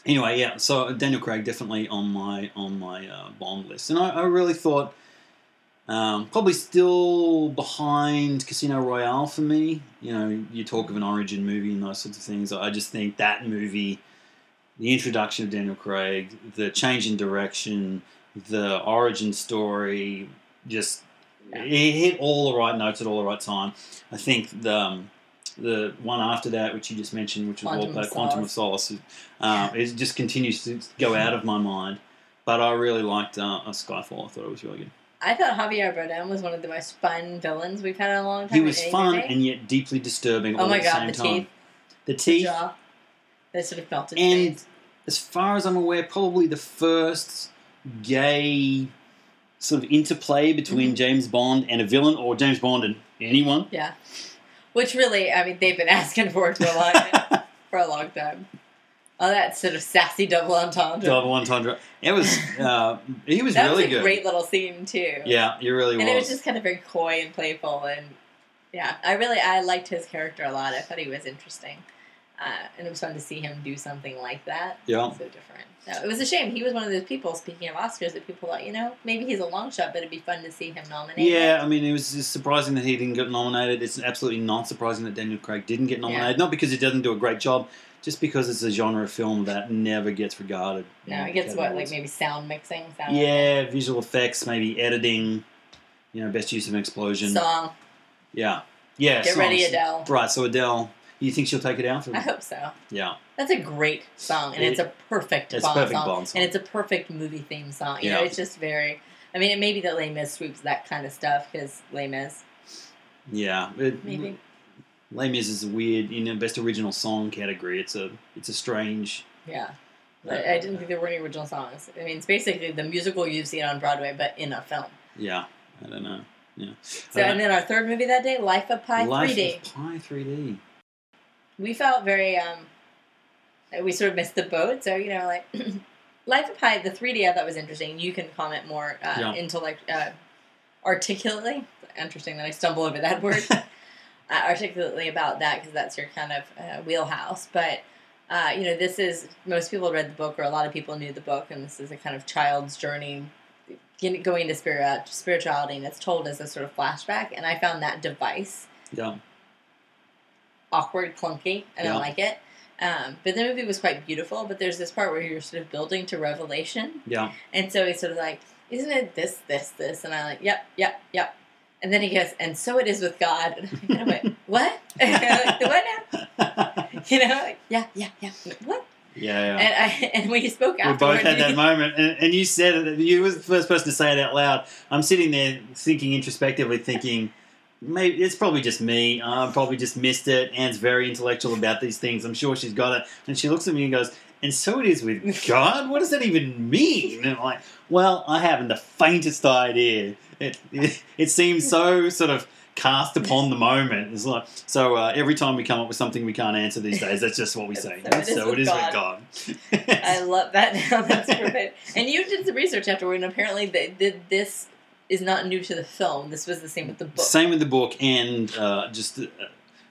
Speaker 9: anyway, yeah. So Daniel Craig definitely on my on my uh, Bond list, and I, I really thought um, probably still behind Casino Royale for me. You know, you talk of an origin movie and those sorts of things. I just think that movie, the introduction of Daniel Craig, the change in direction, the origin story, just it hit all the right notes at all the right time. I think the um, the one after that, which you just mentioned, which was
Speaker 10: Quantum
Speaker 9: Wallpaper,
Speaker 10: of
Speaker 9: Quantum of Solace, uh, it just continues to go out of my mind. But I really liked uh, Skyfall. I thought it was really good.
Speaker 10: I thought Javier Bardem was one of the most fun villains we've had in a long time.
Speaker 9: He
Speaker 10: in
Speaker 9: was
Speaker 10: any
Speaker 9: fun
Speaker 10: movie.
Speaker 9: and yet deeply disturbing
Speaker 10: Oh
Speaker 9: all
Speaker 10: my
Speaker 9: at
Speaker 10: God,
Speaker 9: the
Speaker 10: the
Speaker 9: same time.
Speaker 10: teeth.
Speaker 9: The
Speaker 10: the
Speaker 9: teeth.
Speaker 10: jaw that sort of melted.
Speaker 9: and
Speaker 10: face.
Speaker 9: as far as I'm aware, probably the first gay sort of interplay
Speaker 10: Mm-hmm.
Speaker 9: between James Bond and a villain or James Bond and anyone.
Speaker 10: yeah, which really, I mean, they've been asking for it for a long for a long time. Oh, that sort of sassy double entendre.
Speaker 9: Double entendre. It was, uh, he was
Speaker 10: that
Speaker 9: really
Speaker 10: was a
Speaker 9: good.
Speaker 10: great little scene too.
Speaker 9: yeah, he really
Speaker 10: and
Speaker 9: was.
Speaker 10: it was just kind of very coy and playful, and yeah, I really I liked his character a lot. I thought he was interesting, uh, and it was fun to see him do something like that.
Speaker 9: Yeah.
Speaker 10: so different. No, it was a shame. He was one of those people. Speaking of Oscars, that people thought, you know, maybe he's a long shot, but it'd be fun to see him nominated.
Speaker 9: Yeah, I mean, it was just surprising that he didn't get nominated. It's absolutely not surprising that Daniel Craig didn't get nominated. Not because he doesn't do a great job, just because it's a genre of film that never gets regarded.
Speaker 10: No,
Speaker 9: in
Speaker 10: it gets what
Speaker 9: categories.
Speaker 10: like maybe sound mixing, sound
Speaker 9: Yeah, visual effects, maybe editing. You know, best use of an explosion.
Speaker 10: song.
Speaker 9: Yeah, yeah.
Speaker 10: Get ready,
Speaker 9: songs.
Speaker 10: Adele.
Speaker 9: Right, so Adele. You think she'll take it out? For
Speaker 10: I hope so.
Speaker 9: Yeah.
Speaker 10: That's a great song, and it's a perfect
Speaker 9: It's
Speaker 10: Bond
Speaker 9: perfect
Speaker 10: song,
Speaker 9: Bond song.
Speaker 10: and it's a perfect movie theme song. You know,
Speaker 9: Yeah.
Speaker 10: it's just very. I mean, it may be that Les Mis sweeps that kind of stuff because Les Mis,
Speaker 9: Yeah. It,
Speaker 10: maybe.
Speaker 9: Les Mis is weird in the best original song category. It's a it's a strange.
Speaker 10: Yeah, But I didn't think there were any original songs. I mean, it's basically the musical you've seen on Broadway, but in a film.
Speaker 9: Yeah. I don't know. Yeah.
Speaker 10: So, and then our third movie that day, Life of Pi
Speaker 9: Life
Speaker 10: 3D.
Speaker 9: Of Pi 3D.
Speaker 10: we felt very um we sort of missed the boat so you know like life of pi the 3d i thought was interesting you can comment more uh,
Speaker 9: Yeah.
Speaker 10: intellect uh, articulately interesting that i stumble over that word uh, articulately about that because that's your kind of uh, wheelhouse but uh, you know this is most people read the book or a lot of people knew the book and this is a kind of child's journey getting- going into spirit, spirituality and it's told as a sort of flashback and i found that device
Speaker 9: Yeah.
Speaker 10: awkward, clunky. I don't
Speaker 9: Yeah.
Speaker 10: like it. Um, but the movie was quite beautiful. But there's this part where you're sort of building to revelation,
Speaker 9: Yeah.
Speaker 10: and so he's sort of like, "Isn't it this, this, this?" And I'm like, "Yep, yep, yep." And then he goes, "And so it is with God." And I went, "What? like, what now?" You know, like, yeah, yeah, yeah. What?
Speaker 9: Yeah.
Speaker 10: And I and we spoke
Speaker 9: we
Speaker 10: afterwards.
Speaker 9: both had that moment, and, and you said it. You was the first person to say it out loud. I'm sitting there thinking introspectively, thinking maybe it's probably just me. I probably just missed it. Anne's very intellectual about these things. I'm sure she's got it. And she looks at me and goes, "And so it is with God. What does that even mean?" And I'm like, "Well, I haven't the faintest idea. It it, it seems so sort of." Cast upon the moment. It's like so. Uh, every time we come up with something we can't answer these days, that's just what we say.
Speaker 10: So it is
Speaker 9: so it
Speaker 10: with
Speaker 9: is
Speaker 10: God.
Speaker 9: with God.
Speaker 10: I love that now. That's perfect. And you did the research afterward, and apparently the, the, this is not new to the film. This was the same with the book.
Speaker 9: Same with the book, and uh, just a,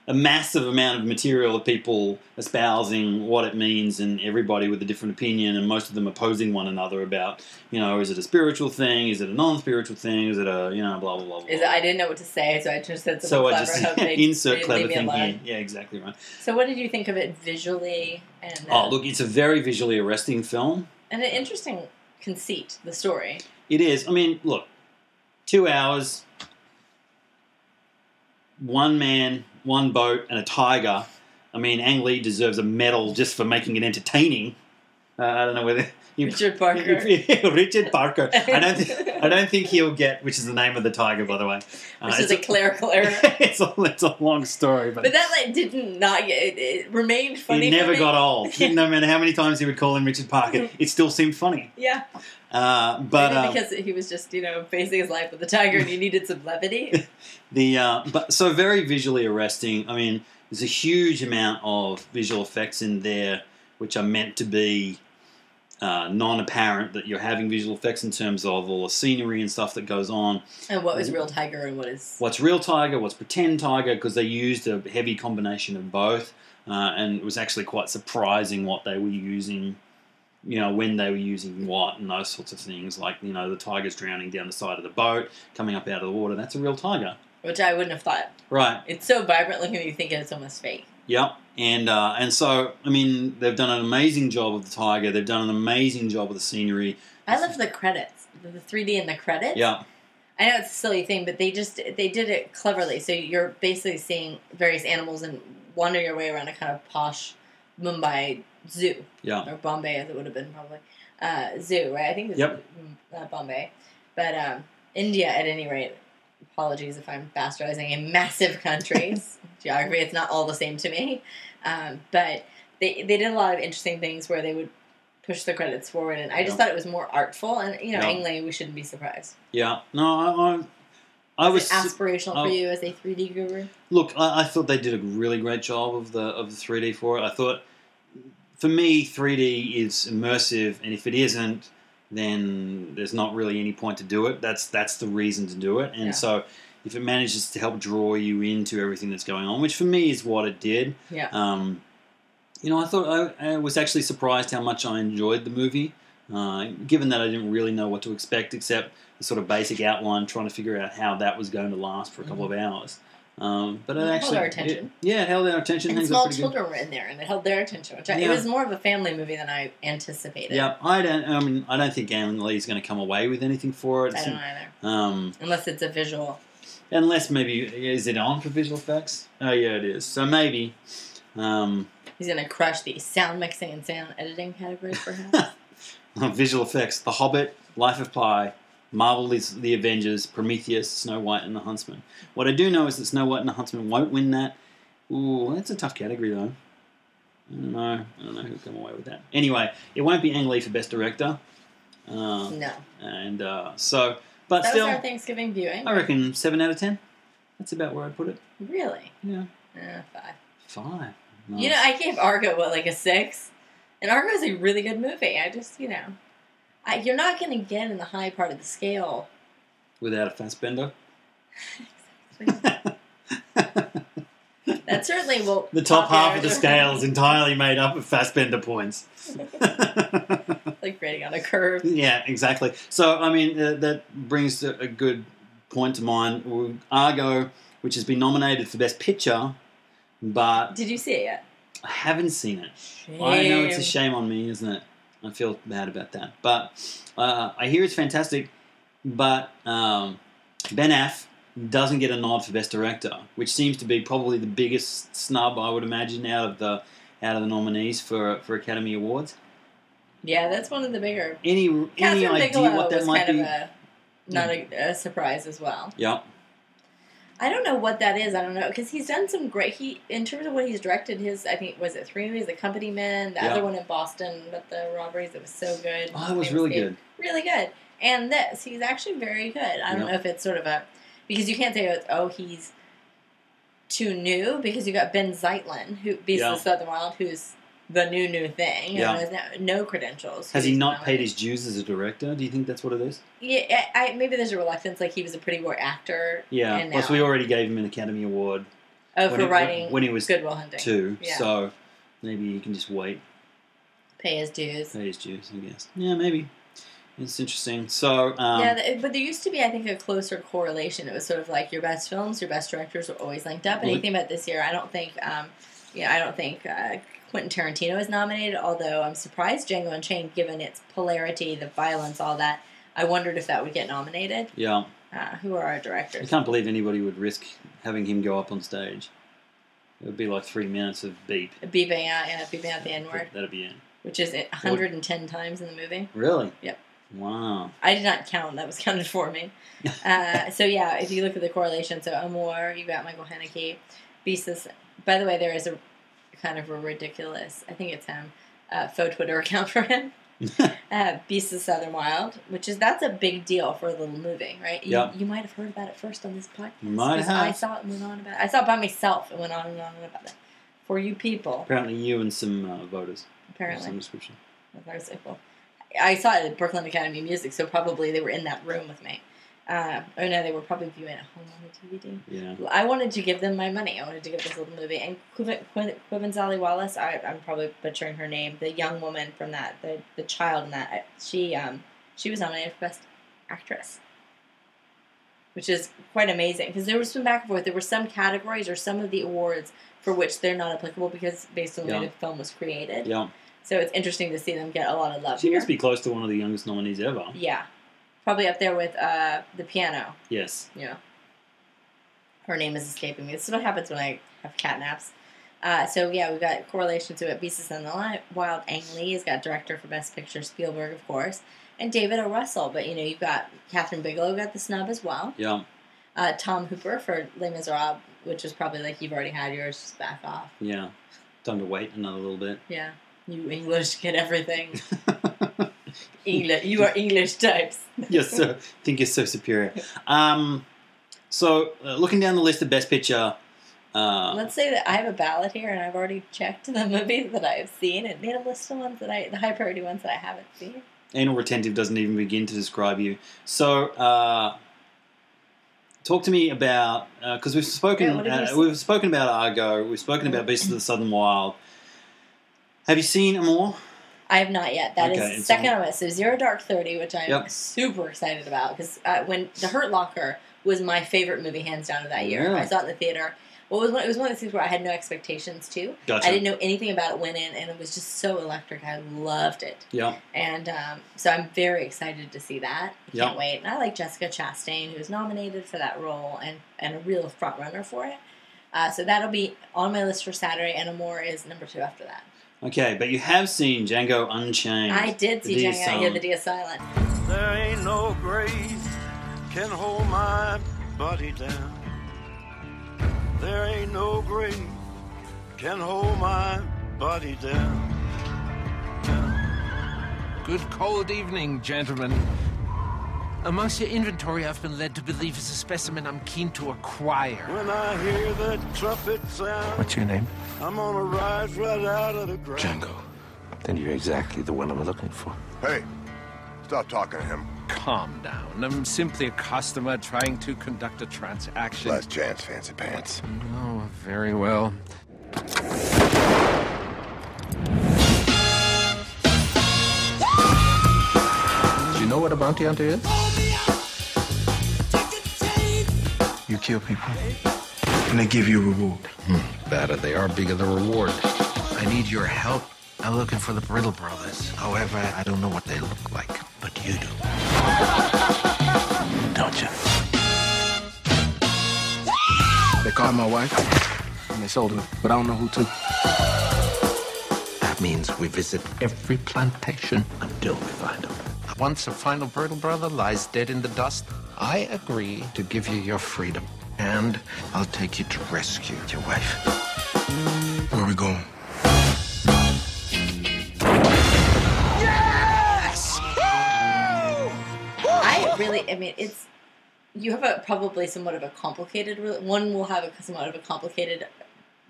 Speaker 9: a massive amount of material of people espousing what it means, and everybody with a different opinion, and most of them opposing one another about, you know, is it a spiritual thing? Is it a non-spiritual thing? Is it a, you know, blah blah blah. blah.
Speaker 10: is I didn't know what to say, so I just said something
Speaker 9: so
Speaker 10: clever.
Speaker 9: I just
Speaker 10: hope they-
Speaker 9: insert
Speaker 10: they
Speaker 9: clever
Speaker 10: leave me
Speaker 9: thing here.
Speaker 10: alone.
Speaker 9: Yeah, exactly right.
Speaker 10: So, what did you think of it visually? And uh,
Speaker 9: Oh, look, it's a very visually arresting film.
Speaker 10: and an interesting conceit, the story.
Speaker 9: It is. I mean, look, two hours, one man, one boat, and a tiger. I mean, Ang Lee deserves a medal just for making it entertaining. Uh, I don't know whether you,
Speaker 10: Richard Parker.
Speaker 9: Richard Parker. I don't. Think, I don't think he'll get. Which is the name of the tiger, by the way. Uh,
Speaker 10: This is
Speaker 9: it's
Speaker 10: a clerical error,
Speaker 9: it's a it's a long story, but,
Speaker 10: but that like didn't not get it, it remained funny.
Speaker 9: he never
Speaker 10: for me.
Speaker 9: got old. no matter how many times he would call him Richard Parker, it still seemed funny.
Speaker 10: Yeah,
Speaker 9: Uh, but
Speaker 10: maybe
Speaker 9: um,
Speaker 10: because he was just you know facing his life with a tiger, and he needed some levity.
Speaker 9: The uh, but so very visually arresting. I mean, there's a huge amount of visual effects in there which are meant to be uh, non-apparent that you're having visual effects in terms of all the scenery and stuff that goes on.
Speaker 10: and what was real tiger and what is?
Speaker 9: What's real tiger? What's pretend tiger? Because they used a heavy combination of both, uh, and it was actually quite surprising what they were using. You know when they were using what and those sorts of things, like you know the tiger's drowning down the side of the boat, coming up out of the water. That's a real tiger,
Speaker 10: Which I wouldn't have thought.
Speaker 9: right?
Speaker 10: It's so vibrant looking that you think it's almost fake.
Speaker 9: Yep. And uh, and so I mean they've done an amazing job of the tiger. They've done an amazing job of the scenery.
Speaker 10: I love the credits, the the 3D in the credits.
Speaker 9: Yeah.
Speaker 10: I know it's a silly thing, but they just they did it cleverly. So you're basically seeing various animals and wander your way around a kind of posh Mumbai zoo
Speaker 9: Yeah.
Speaker 10: or Bombay, as it would have been probably uh, zoo, right? I think it's
Speaker 9: Yep.
Speaker 10: uh, Bombay, but um, India at any rate. Apologies if I'm bastardizing a massive country's geography. It's not all the same to me, um, but they they did a lot of interesting things where they would push the credits forward, and I just
Speaker 9: Yeah.
Speaker 10: thought it was more artful. And you know,
Speaker 9: Yeah.
Speaker 10: Angley, we shouldn't be surprised.
Speaker 9: Yeah. No, I I, I was
Speaker 10: Is it aspirational
Speaker 9: oh.
Speaker 10: for you as a 3D guru?
Speaker 9: look. I, I thought they did a really great job of the of the three D for it. I thought for me three D is immersive, and if it isn't, then there's not really any point to do it. That's that's the reason to do it. And
Speaker 10: Yeah.
Speaker 9: so if it manages to help draw you into everything that's going on, which for me is what it did.
Speaker 10: Yeah.
Speaker 9: Um, you know, I thought I, I was actually surprised how much I enjoyed the movie, uh, given that I didn't really know what to expect except the sort of basic outline, trying to figure out how that was going to last for a couple of hours. Um, but it,
Speaker 10: Mm-hmm. It held
Speaker 9: actually,
Speaker 10: our
Speaker 9: it-
Speaker 10: attention.
Speaker 9: yeah, it held our attention.
Speaker 10: And
Speaker 9: hangs up
Speaker 10: small
Speaker 9: pretty good.
Speaker 10: children were in there, and it held their attention. Which I,
Speaker 9: Yeah.
Speaker 10: It was more of a family movie than I anticipated.
Speaker 9: Yeah, I don't. I mean, I don't think Ang Lee's going to come away with anything for it.
Speaker 10: I don't know either.
Speaker 9: Um,
Speaker 10: Unless it's a visual.
Speaker 9: unless maybe is it on for visual effects? Oh yeah, it is. So maybe, Um,
Speaker 10: He's gonna crush the sound mixing and sound editing categories, perhaps.
Speaker 9: visual effects: The Hobbit, Life of Pi, Marvel is the Avengers, Prometheus, Snow White, and The Huntsman. What I do know is that Snow White and The Huntsman won't win that. Ooh, that's a tough category though. I don't know. I don't know who'll come away with that. Anyway, it won't be Ang Lee for Best Director. Uh,
Speaker 10: no,
Speaker 9: And uh, so, but
Speaker 10: that
Speaker 9: still,
Speaker 10: was our Thanksgiving viewing.
Speaker 9: I reckon seven out of ten. That's about where I'd put it.
Speaker 10: Really?
Speaker 9: Yeah,
Speaker 10: Uh, five.
Speaker 9: five.
Speaker 10: You know, I gave Argo what like a six, and Argo is a really good movie. I just, you know, I, you're not gonna get in the high part of the scale.
Speaker 9: without a Fassbender.
Speaker 10: That certainly will.
Speaker 9: The top
Speaker 10: pop
Speaker 9: half of the
Speaker 10: out.
Speaker 9: scale is entirely made up of Fassbender points.
Speaker 10: like grading on a curve.
Speaker 9: yeah, exactly. So, I mean, uh, that brings a a good point to mind. Argo, which has been nominated for Best Picture, but
Speaker 10: Did you see it yet?
Speaker 9: I haven't seen it. I know it's a shame on me, isn't it? I feel bad about that. But uh, I hear it's fantastic, but um, Ben Aff doesn't get a nod for Best Director, which seems to be probably the biggest snub I would imagine out of the out of the nominees for for Academy Awards.
Speaker 10: Yeah, that's one of the bigger.
Speaker 9: Any any
Speaker 10: Catherine
Speaker 9: idea
Speaker 10: Bigelow
Speaker 9: what that
Speaker 10: was
Speaker 9: might
Speaker 10: kind
Speaker 9: be?
Speaker 10: of a not a, a surprise as well.
Speaker 9: yeah,
Speaker 10: I don't know what that is. I don't know because he's done some great. He in terms of what he's directed, his I think was it three movies, The Company Men, the
Speaker 9: Yeah.
Speaker 10: other one in Boston, but the robberies it was so good.
Speaker 9: oh, that was
Speaker 10: It
Speaker 9: really
Speaker 10: good.
Speaker 9: good.
Speaker 10: really good. And this, he's actually very good. I don't
Speaker 9: Yeah.
Speaker 10: know if it's sort of a because you can't say it's, oh he's too new because you got Ben Zeitlin who Beast
Speaker 9: Yeah.
Speaker 10: of the Southern Wild who's the new new thing. You
Speaker 9: Yeah.
Speaker 10: know, has no, no credentials.
Speaker 9: Has he
Speaker 10: He's
Speaker 9: not paid
Speaker 10: nominated.
Speaker 9: his dues as a director? Do you think that's what it is?
Speaker 10: Yeah, I, I- maybe there's a reluctance. Like he was a pretty poor actor.
Speaker 9: Yeah.
Speaker 10: and
Speaker 9: Plus,
Speaker 10: now-
Speaker 9: we already gave him an Academy Award
Speaker 10: oh,
Speaker 9: when
Speaker 10: for
Speaker 9: he- when-
Speaker 10: writing
Speaker 9: when he was
Speaker 10: Goodwill Hunting.
Speaker 9: too,
Speaker 10: Yeah.
Speaker 9: so maybe he can just wait.
Speaker 10: Pay his dues.
Speaker 9: That is juice, I guess. Yeah, maybe. It's interesting. So, um,
Speaker 10: yeah, th- but there used to be, I think, a closer correlation. It was sort of like your best films, your best directors were always linked up. And
Speaker 9: Well,
Speaker 10: you think about this year, I don't think, um, yeah, I don't think uh, Quentin Tarantino is nominated. Although I'm surprised Django Unchained, given its polarity, the violence, all that. I wondered if that would get nominated.
Speaker 9: yeah,
Speaker 10: Uh, who are our
Speaker 9: I
Speaker 10: directors?
Speaker 9: can't believe anybody would risk having him go up on stage. It would be like three minutes of beep.
Speaker 10: Beeping out, yeah, beeping out the N word,
Speaker 9: That'd be it.
Speaker 10: which is it 110 times in the movie.
Speaker 9: Really?
Speaker 10: Yep.
Speaker 9: Wow.
Speaker 10: I did not count; that was counted for me. Uh, so yeah, if you look at the correlation, so Amor, you got Michael Haneke, Beastus. By the way, there is a kind of a ridiculous, I think it's him, uh, faux Twitter account for him. uh, Beast of Southern Wild, which is that's a big deal for a little movie, right? You,
Speaker 9: Yeah.
Speaker 10: you might have heard about it first on this podcast.
Speaker 9: You might
Speaker 10: 'cause
Speaker 9: have.
Speaker 10: I saw it and went on about. It. I saw it by myself and went on and on and about it. For you people,
Speaker 9: Apparently, you and some uh, voters. of Some
Speaker 10: apparently,
Speaker 9: description.
Speaker 10: That was cool. I saw it at Brooklyn Academy of Music, so probably they were in that room with me. Uh, oh no, they were probably viewing it at home on the DVD.
Speaker 9: Yeah.
Speaker 10: I wanted to give them my money. I wanted to give this little movie. And Quiven Quiven- Quiven Zali Wallace, I, I'm probably butchering her name, the young woman from that, the, the child in that, I- she um she was nominated for Best Actress, which is quite amazing because there was some back and forth. There were some categories or some of the awards for which they're not applicable because based on the way
Speaker 9: Yeah.
Speaker 10: the film was created.
Speaker 9: Yeah.
Speaker 10: So it's interesting to see them get a lot of love.
Speaker 9: She
Speaker 10: here.
Speaker 9: must be close to one of the youngest nominees ever.
Speaker 10: Yeah, probably up there with uh the piano.
Speaker 9: Yes.
Speaker 10: Yeah. Her name is escaping me. This is what happens when I have catnaps. Uh, so yeah, we've got correlation to it. Beasts in the Li- Wild. Ang Lee has got director for Best Picture. Spielberg, of course, and David O. Russell. But you know, you've got Catherine Bigelow got the snub as well.
Speaker 9: Yeah.
Speaker 10: Uh, Tom Hooper for Les Miserables, which was probably like you've already had yours. Just back off.
Speaker 9: Yeah. Time to wait another little bit.
Speaker 10: Yeah, you English get everything. English, you are English types.
Speaker 9: you're so think you're so superior. Um, so uh, looking down the list of best picture, uh,
Speaker 10: Let's say that I have a ballot here, and I've already checked the movies that I've seen and made a list of ones that I, the high priority ones that I haven't seen.
Speaker 9: anal retentive doesn't even begin to describe you. So, uh, talk to me about because we've
Speaker 10: Yeah,
Speaker 9: spoken
Speaker 10: what have
Speaker 9: uh,
Speaker 10: you seen?
Speaker 9: we've spoken about Argo, we've spoken about Beasts of the Southern Wild. Have you seen more?
Speaker 10: I have not yet. That is
Speaker 9: Okay, it's
Speaker 10: second
Speaker 9: on-
Speaker 10: on my list. So Zero Dark Thirty, which I'm
Speaker 9: Yep.
Speaker 10: super excited about because uh, when The Hurt Locker was my favorite movie hands down of that year.
Speaker 9: Really?
Speaker 10: I saw it in the theater. Well, it was one, it was one of the things where I had no expectations to.
Speaker 9: Gotcha.
Speaker 10: I didn't know anything about it. Went in and it was just so electric. I loved it.
Speaker 9: Yeah,
Speaker 10: And um, so I'm very excited to see that. I
Speaker 9: Yeah.
Speaker 10: Can't wait. And I like Jessica Chastain, who was nominated for that role and, and a real front runner for it. Uh, so that'll be on my list for Saturday, and Amore is number two after that.
Speaker 9: Okay, but you have seen Django Unchained. um,
Speaker 10: I did see
Speaker 9: The
Speaker 10: Django, yeah,
Speaker 9: song.
Speaker 10: the Dia Silent.
Speaker 12: There ain't no grave can hold my body down. There ain't no grave can hold my body down.
Speaker 13: Good cold evening, gentlemen. Amongst your inventory, I've been led to believe is a specimen I'm keen to acquire.
Speaker 12: When I hear that trumpet sound,
Speaker 13: What's your name?
Speaker 12: I'm gonna rise right out of the ground.
Speaker 13: Django. Then you're exactly the one I'm looking for.
Speaker 14: Hey, stop talking to him.
Speaker 13: Calm down. I'm simply a customer trying to conduct a transaction.
Speaker 14: Last chance, fancy pants.
Speaker 13: Oh, very well.
Speaker 15: Do you know what a bounty hunter is? You kill people, and they give you a reward.
Speaker 13: Hmm, Better they are, bigger the reward. I need your help. I'm looking for the Brittle Brothers. However, I don't know what they look like, but you do. Don't you?
Speaker 15: They caught my wife, and they sold her, but I don't know who to.
Speaker 13: That means we visit every plantation until we find them. Once a final Brittle Brother lies dead in the dust, I agree to give you your freedom. And I'll take you to rescue your wife.
Speaker 15: Where are we going?
Speaker 12: Yes!
Speaker 10: I really, I mean, it's you have a probably somewhat of a complicated re- one will have a somewhat of a complicated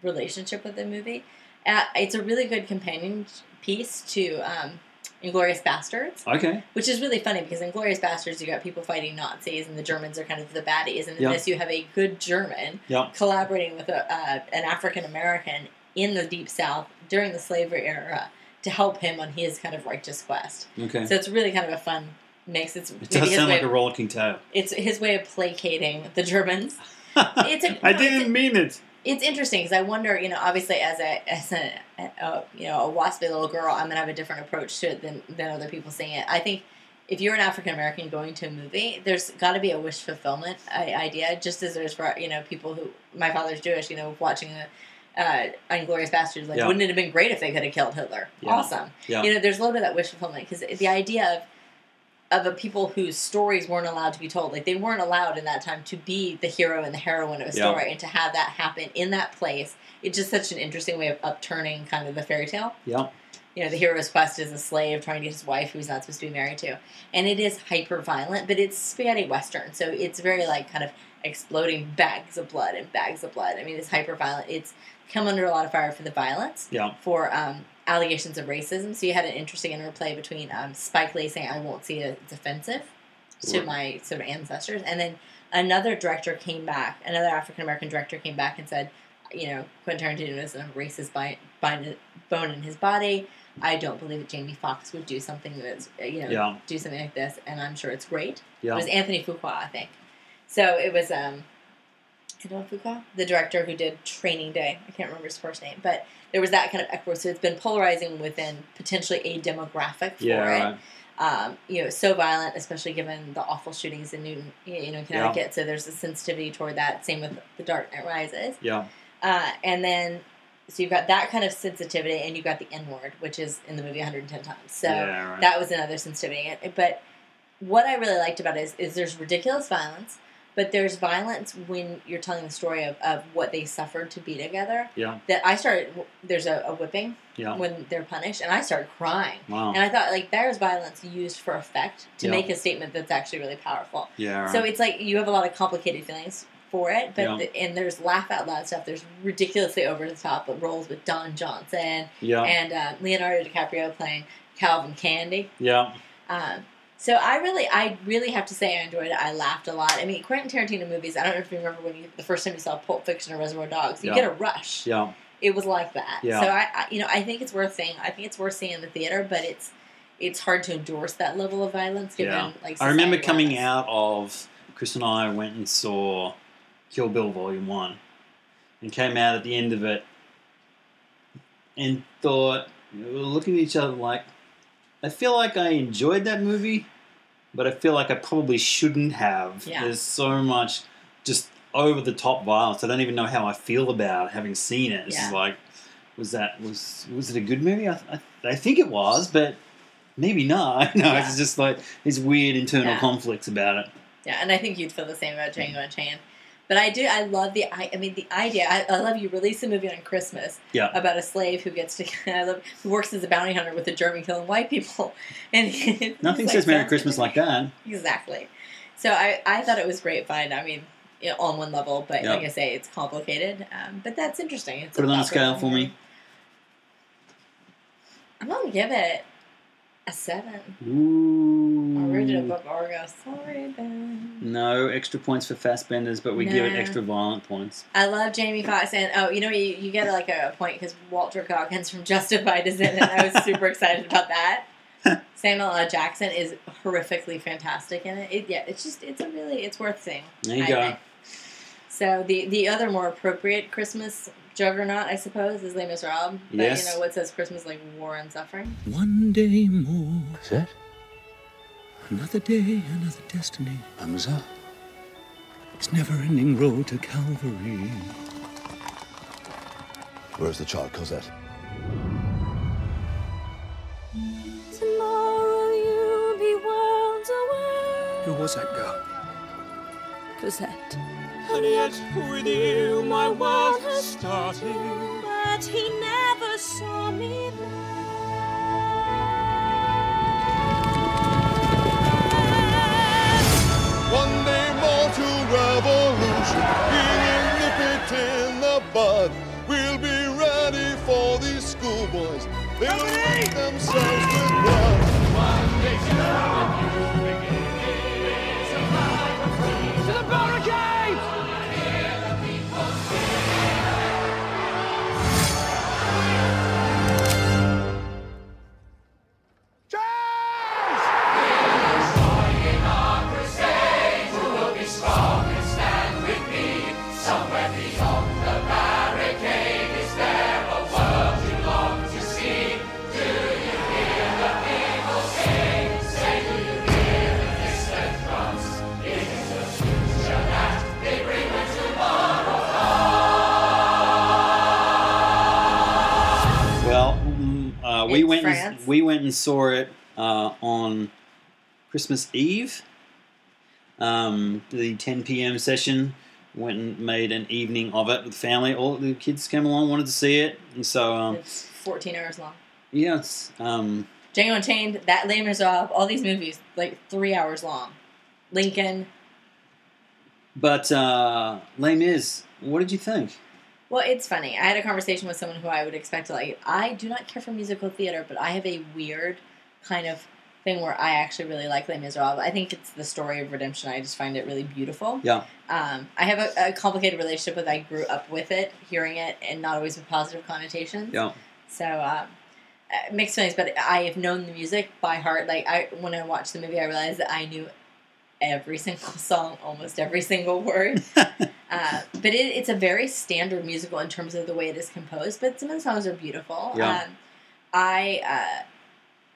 Speaker 10: relationship with the movie. Uh, it's a really good companion piece to um, Inglorious Bastards.
Speaker 9: Okay.
Speaker 10: Which is really funny because in Glorious Bastards you got people fighting Nazis and the Germans are kind of the baddies, and in
Speaker 9: Yeah.
Speaker 10: this you have a good German
Speaker 9: Yeah.
Speaker 10: collaborating with a, uh, an African American in the Deep South during the slavery era to help him on his kind of righteous quest.
Speaker 9: Okay.
Speaker 10: So it's really kind of a fun mix. It's
Speaker 9: It
Speaker 10: maybe
Speaker 9: does
Speaker 10: his
Speaker 9: sound
Speaker 10: way
Speaker 9: like a
Speaker 10: of-
Speaker 9: rollicking tale.
Speaker 10: It's his way of placating the Germans. It's a,
Speaker 9: I
Speaker 10: no,
Speaker 9: didn't mean it.
Speaker 10: it's interesting because I wonder, you know, obviously as a as a, a you know a waspy little girl, I'm gonna have a different approach to it than than other people seeing it. I think if you're an African American going to a movie, there's got to be a wish fulfillment i- idea, just as there's for you know people who my father's Jewish, you know, watching a. Uh, Inglorious Bastards, like,
Speaker 9: Yeah.
Speaker 10: wouldn't it have been great if they could have killed Hitler?
Speaker 9: Yeah.
Speaker 10: Awesome.
Speaker 9: Yeah.
Speaker 10: You know, there's a little bit of that wish fulfillment because the idea of of a people whose stories weren't allowed to be told. Like they weren't allowed in that time to be the hero and the heroine of a
Speaker 9: Yeah.
Speaker 10: story, and to have that happen in that place, it's just such an interesting way of upturning kind of the fairy tale.
Speaker 9: Yeah.
Speaker 10: You know, the hero's quest is a slave trying to get his wife who he's not supposed to be married to, and it is hyper violent, but it's spaghetti western, so it's very like kind of exploding bags of blood and bags of blood. I mean, it's hyper violent. It's come under a lot of fire for the violence
Speaker 9: Yeah.
Speaker 10: for um, allegations of racism. So you had an interesting interplay between um, Spike Lee saying, "I won't see it; it's offensive to
Speaker 9: Right.
Speaker 10: my sort of ancestors," and then another director came back, another African American director came back and said, "You know, Quentin Tarantino doesn't have a racist bi- bin- bone in his body. I don't believe that Jamie Foxx would do something that's you know
Speaker 9: Yeah.
Speaker 10: do something like this, and I'm sure it's great."
Speaker 9: Yeah.
Speaker 10: It was Anthony Fuqua, I think. So it was. Um, Antoine Fuqua, the director who did Training Day. I can't remember his first name, but there was that kind of echo. So it's been polarizing within potentially a demographic for
Speaker 9: Yeah.
Speaker 10: it.
Speaker 9: Right.
Speaker 10: Um, you know, so violent, especially given the awful shootings in Newton, you know, Connecticut. So there's a sensitivity toward that. Same with The Dark Knight Rises.
Speaker 9: Yeah.
Speaker 10: Uh, and then, so you've got that kind of sensitivity, and you've got the N word, which is in the movie 110 times. So
Speaker 9: Yeah, right.
Speaker 10: that was another sensitivity. But what I really liked about it is, is there's ridiculous violence, but there's violence when you're telling the story of, of what they suffered to be together.
Speaker 9: Yeah.
Speaker 10: That I started, there's a, a whipping
Speaker 9: Yeah.
Speaker 10: when they're punished, and I started crying.
Speaker 9: Wow.
Speaker 10: And I thought, like, there's violence used for effect to
Speaker 9: Oh. Yeah.
Speaker 10: make a statement that's actually really powerful.
Speaker 9: Yeah. Right.
Speaker 10: So it's like you have a lot of complicated feelings for it, but
Speaker 9: Yeah.
Speaker 10: the, and there's laugh out loud stuff. There's ridiculously over the top roles with Don Johnson
Speaker 9: Yeah.
Speaker 10: and uh, Leonardo DiCaprio playing Calvin Candy.
Speaker 9: yeah.
Speaker 10: Um, so I really, I really have to say I enjoyed it. I laughed a lot. I mean, Quentin Tarantino movies. I don't know if you remember when you the first time you saw Pulp Fiction or Reservoir Dogs, you
Speaker 9: Yeah.
Speaker 10: get a rush.
Speaker 9: Yeah.
Speaker 10: It was like that.
Speaker 9: Yeah.
Speaker 10: So I, I, you know, I think it's worth seeing. I think it's worth seeing in the theater, but it's it's hard to endorse that level of violence given
Speaker 9: Yeah.
Speaker 10: like.
Speaker 9: I remember
Speaker 10: society
Speaker 9: coming
Speaker 10: violence.
Speaker 9: out of Chris and I went and saw Kill Bill Volume One, and came out at the end of it, and thought we were looking at each other like, I feel like I enjoyed that movie, but I feel like I probably shouldn't have.
Speaker 10: Yeah.
Speaker 9: There's so much just over the top violence. I don't even know how I feel about having seen it. It's just
Speaker 10: Yeah.
Speaker 9: like, was that was was it a good movie? I, I, I think it was, but maybe not. No, know it's just like these weird internal
Speaker 10: Yeah.
Speaker 9: conflicts about it.
Speaker 10: Yeah, and I think you'd feel the same about
Speaker 9: Mm.
Speaker 10: Django Unchained. But I do. I love the. I, I mean, the idea. I, I love you release a movie on Christmas
Speaker 9: Yeah.
Speaker 10: about a slave who gets to. I love who works as a bounty hunter with a German killing white people, and it's
Speaker 9: Nothing
Speaker 10: like
Speaker 9: says Merry
Speaker 10: sounds-
Speaker 9: Christmas like that.
Speaker 10: Exactly. So I, I thought it was great fun. I mean, you know, on one level, but
Speaker 9: Yeah.
Speaker 10: like I say, it's complicated. Um, but that's interesting. It's
Speaker 9: Put it on a
Speaker 10: thought-provoking
Speaker 9: scale for me.
Speaker 10: I'm gonna give it a seven. I
Speaker 9: Hmm.
Speaker 10: rated it
Speaker 9: Ooh.
Speaker 10: above Argo. Sorry, Ben.
Speaker 9: No extra points for Fassbenders, but we give it
Speaker 10: Nah.
Speaker 9: extra violent points.
Speaker 10: I love Jamie Foxx, and oh, you know, you, you get like a point because Walter Goggins from Justified is in, it, and I was super excited about that. Samuel L. Jackson is horrifically fantastic in it. it. Yeah, it's just it's a really it's worth seeing.
Speaker 9: There you
Speaker 10: I
Speaker 9: go.
Speaker 10: think. So the the other more appropriate Christmas juggernaut, I suppose, is Les Miserables. But
Speaker 16: Yes.
Speaker 10: you know what says Christmas like war and suffering.
Speaker 16: One day more. Is that? Another day, another destiny. Mademoiselle? It's never ending road to Calvary.
Speaker 17: Where's the child, Cosette?
Speaker 18: Tomorrow you'll be worlds away.
Speaker 17: Who was that girl?
Speaker 18: Cosette.
Speaker 19: And yet with you my world has started.
Speaker 18: But he never saw me there.
Speaker 14: One day more to revolution, beginning to nip it in the bud. We'll be ready for these schoolboys. They will make themselves with blood.
Speaker 19: To the barricades! Somewhere beyond the barricade is there a world you long to see? Do you hear the people sing? Say, do you hear the distant drums? It is the future that they bring with tomorrow.
Speaker 9: Well, mm, uh, we
Speaker 19: In
Speaker 9: went and,
Speaker 19: France?
Speaker 9: we went and saw it uh, on Christmas Eve. Um, the 10 p.m. session went and made an evening of it with the family. All the kids came along, wanted to see it, and so um,
Speaker 10: It's fourteen hours long.
Speaker 9: yeah, it's um,
Speaker 10: Django Unchained, that Les Miserables, all these movies like three hours long. Lincoln.
Speaker 9: but uh, Les Mis. What did you think?
Speaker 10: Well, it's funny. I had a conversation with someone who I would expect to like. I do not care for musical theater, but I have a weird kind of thing where I actually really like Les Miserables. I think it's the story of redemption. I just find it really beautiful.
Speaker 9: Yeah,
Speaker 10: Um, I have a, a complicated relationship with. I grew up with it, hearing it, and not always with positive connotations.
Speaker 9: yeah.
Speaker 10: So um, uh, mixed feelings, but I have known the music by heart. Like I, when I watched the movie, I realized that I knew every single song, almost every single word. uh, but it, it's a very standard musical in terms of the way it is composed. But some of the songs are beautiful.
Speaker 19: Yeah.
Speaker 10: Um, I. Uh,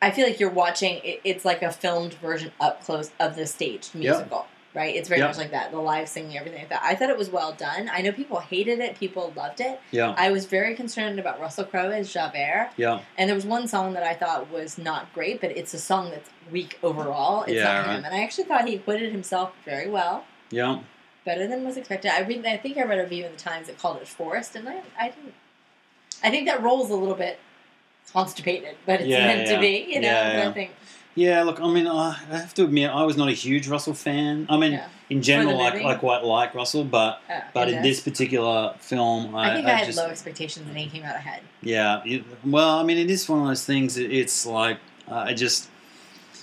Speaker 10: I feel like you're watching. It, it's like a filmed version up close of the staged
Speaker 19: Yeah.
Speaker 10: musical, right? It's very
Speaker 19: Yeah.
Speaker 10: much like that. The live singing, everything like that. I thought it was well done. I know people hated it. People loved it.
Speaker 19: Yeah.
Speaker 10: I was very concerned about Russell Crowe as Javert.
Speaker 9: Yeah.
Speaker 10: And there was one song that I thought was not great, but it's a song that's weak overall. It's
Speaker 9: Yeah,
Speaker 10: not
Speaker 9: right.
Speaker 10: him. And I actually thought he acquitted himself very well,
Speaker 9: Yeah,
Speaker 10: better than was expected. I read, I think I read a review in the Times that called it forced, and I, I didn't. I think that role's a little bit constipated, but it's
Speaker 9: Yeah,
Speaker 10: meant
Speaker 9: yeah.
Speaker 10: to be, you know.
Speaker 9: Yeah,
Speaker 10: and
Speaker 9: yeah.
Speaker 10: I think
Speaker 9: yeah. Look, I mean, I I have to admit, I was not a huge Russell fan. I mean, in general, I,
Speaker 10: movie?
Speaker 9: I quite like Russell, but
Speaker 10: Oh,
Speaker 9: but
Speaker 10: in
Speaker 9: in
Speaker 10: this?
Speaker 9: this particular film, Uh, I,
Speaker 10: I, think I, had
Speaker 9: just,
Speaker 10: low expectations, and he came out ahead.
Speaker 9: Yeah. It, well, I mean, it is one of those things. It, it's like uh, I just.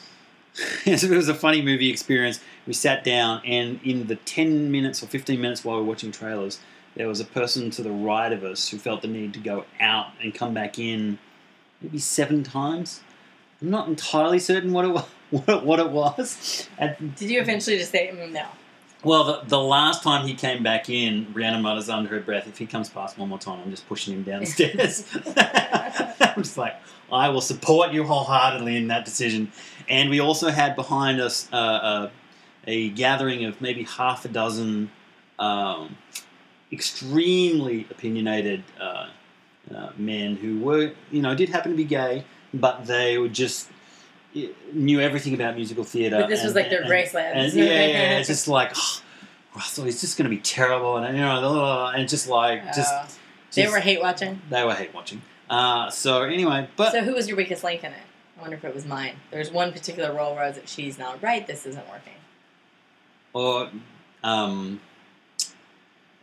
Speaker 9: it was a funny movie experience. We sat down, and in the ten minutes or fifteen minutes while we were watching trailers, there was a person to the right of us who felt the need to go out and come back in, maybe seven times. I'm not entirely certain what it wa- what it, what it was. And
Speaker 10: Did you eventually just say mm, no?
Speaker 9: well, the, the last time he came back in, Rihanna mutters under her breath, if he comes past one more time, I'm just pushing him downstairs. I'm just like, I will support you wholeheartedly in that decision. And we also had behind us uh, uh, a gathering of maybe half a dozen um, extremely opinionated uh, uh, men who were, you know, did happen to be gay, but they were just eh, knew everything about musical theatre.
Speaker 10: But this was
Speaker 9: and-
Speaker 10: like their
Speaker 9: and-
Speaker 10: Graceland.
Speaker 9: and- yeah, yeah, yeah, it's just like "Oh, Russell, he's just going to be terrible, and you know, blah, blah, blah," and just like just,
Speaker 10: Oh. they
Speaker 9: just-
Speaker 10: were hate watching.
Speaker 9: they were hate watching. Uh, so anyway, but
Speaker 10: so who was your weakest link in it? I wonder if it was mine. There's one particular role where I was like, she's not right. This isn't working.
Speaker 9: or um,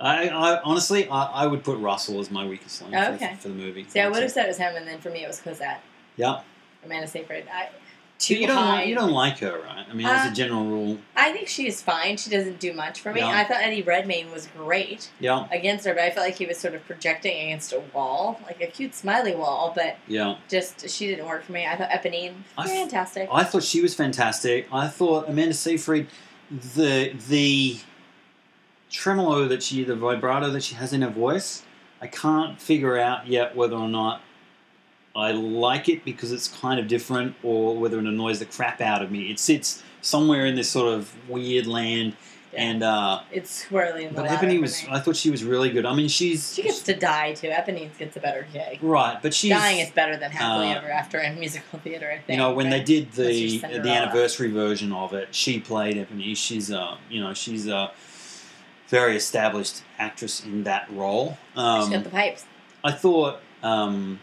Speaker 9: I, I honestly I, I would put Russell as my weakest link for-
Speaker 10: Okay.
Speaker 9: for, the movie.
Speaker 10: See, I would have said it was him, and then for me it was Cosette,
Speaker 9: yeah.
Speaker 10: Amanda Seyfried. I,
Speaker 9: So
Speaker 10: too
Speaker 9: you don't
Speaker 10: high.
Speaker 9: like, you don't like her, right? I mean, as
Speaker 10: Uh,
Speaker 9: a general rule,
Speaker 10: I think she is fine. She doesn't do much for me.
Speaker 9: Yeah.
Speaker 10: I thought Eddie Redmayne was great
Speaker 9: yeah,
Speaker 10: against her, but I felt like he was sort of projecting against a wall, like a cute smiley wall, but
Speaker 9: yeah.
Speaker 10: just she didn't work for me. I thought Eponine,
Speaker 9: I th-
Speaker 10: fantastic.
Speaker 9: I thought she was fantastic. I thought Amanda Seyfried, the the tremolo that she, the vibrato that she has in her voice, I can't figure out yet whether or not I like it because it's kind of different, or whether it annoys the crap out of me. It sits somewhere in this sort of weird land, and uh,
Speaker 10: it's swirly in the
Speaker 9: but
Speaker 10: water
Speaker 9: Ebony
Speaker 10: for
Speaker 9: was.
Speaker 10: me.
Speaker 9: I thought she was really good. I mean, she's
Speaker 10: She gets to die too. Eponine gets a better gig.
Speaker 9: right, but she's
Speaker 10: Dying is better than happily
Speaker 9: uh,
Speaker 10: ever after in musical theater. I think.
Speaker 9: you know when they did the
Speaker 10: Cinderella.
Speaker 9: the anniversary version of it she played ebony she's uh you know she's a very established actress in that role
Speaker 10: she got
Speaker 9: um,
Speaker 10: the pipes.
Speaker 9: i thought um,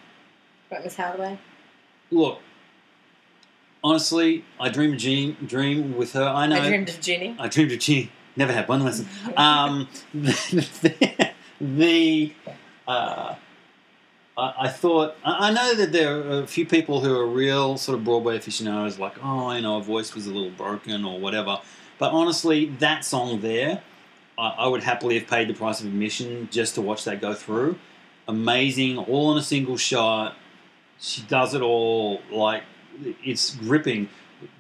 Speaker 10: But Miss Hathaway.
Speaker 9: look honestly i dream a dream, dream with her i know
Speaker 10: I dreamed of Ginny.
Speaker 9: I dreamed of Chini. Never had one lesson. Um, the the, uh, I, I thought I, I know that there are a few people who are real sort of Broadway aficionados, like oh, you know, her voice was a little broken or whatever. But honestly, that song there, I, I would happily have paid the price of admission just to watch that go through. Amazing, all in a single shot. She does it all like it's gripping.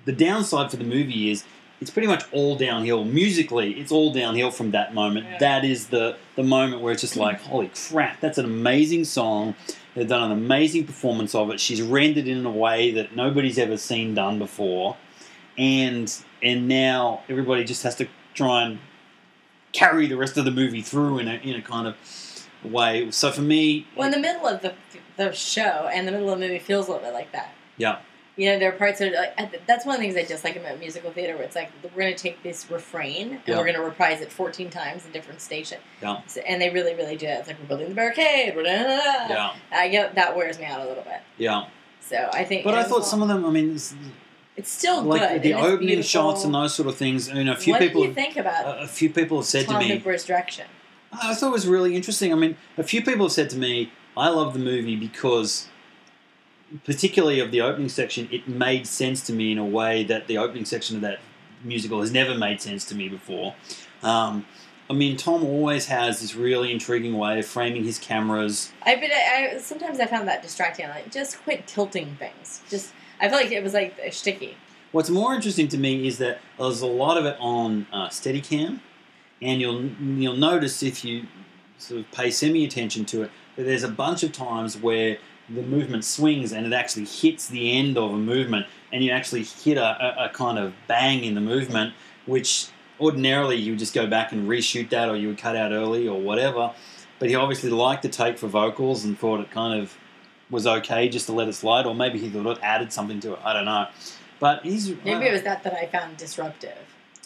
Speaker 9: The downside for the movie is it's pretty much all downhill musically. It's all downhill from that moment. That is the the moment where it's just like, holy crap, that's an amazing song. They've done an amazing performance of it. She's rendered it in a way that nobody's ever seen done before, and and now everybody just has to try and carry the rest of the movie through in a in a kind of way. So for me,
Speaker 10: Well, in the middle of the the show and the middle of the movie feels a little bit like that.
Speaker 9: yeah,
Speaker 10: You know, there are parts that are like, I- that's one of the things I dislike about musical theater, where it's like we're going to take this refrain and
Speaker 9: Yeah.
Speaker 10: we're going to reprise it 14 times in different station,
Speaker 9: yeah,
Speaker 10: So- and they really, really do that. It's like we're building the barricade. We're da- da- da- da.
Speaker 9: yeah,
Speaker 10: I get that wears me out a little bit.
Speaker 9: yeah.
Speaker 10: So I think.
Speaker 9: But I
Speaker 10: it's
Speaker 9: thought
Speaker 10: all-
Speaker 9: some of them. I mean, it's-
Speaker 10: It's still
Speaker 9: like
Speaker 10: Oh, good.
Speaker 9: the
Speaker 10: and it's
Speaker 9: opening
Speaker 10: beautiful.
Speaker 9: shots and those sort of things. You know, a few
Speaker 10: what
Speaker 9: people.
Speaker 10: did you think about
Speaker 9: a a few people have said
Speaker 10: Tom
Speaker 9: to me,
Speaker 10: Hooper's direction?
Speaker 9: I thought it was really interesting. I mean, a few people have said to me, I love the movie because, particularly of the opening section, it made sense to me in a way that the opening section of that musical has never made sense to me before. Um, I mean, Tom always has this really intriguing way of framing his cameras.
Speaker 10: I but I, I sometimes I found that distracting. I'm Like just quit tilting things. Just I felt like it was like sticky.
Speaker 9: What's more interesting to me is that there's a lot of it on uh, Steadicam, and you'll you'll notice if you sort of pay semi attention to it that there's a bunch of times where the movement swings and it actually hits the end of a movement, and you actually hit a, a, a kind of bang in the movement, which ordinarily you would just go back and reshoot that, or you would cut out early or whatever. But he obviously liked the take for vocals and thought it kind of was okay just to let it slide, or maybe he thought it added something to it. I don't know. But he's
Speaker 10: Maybe it was that that I found disruptive.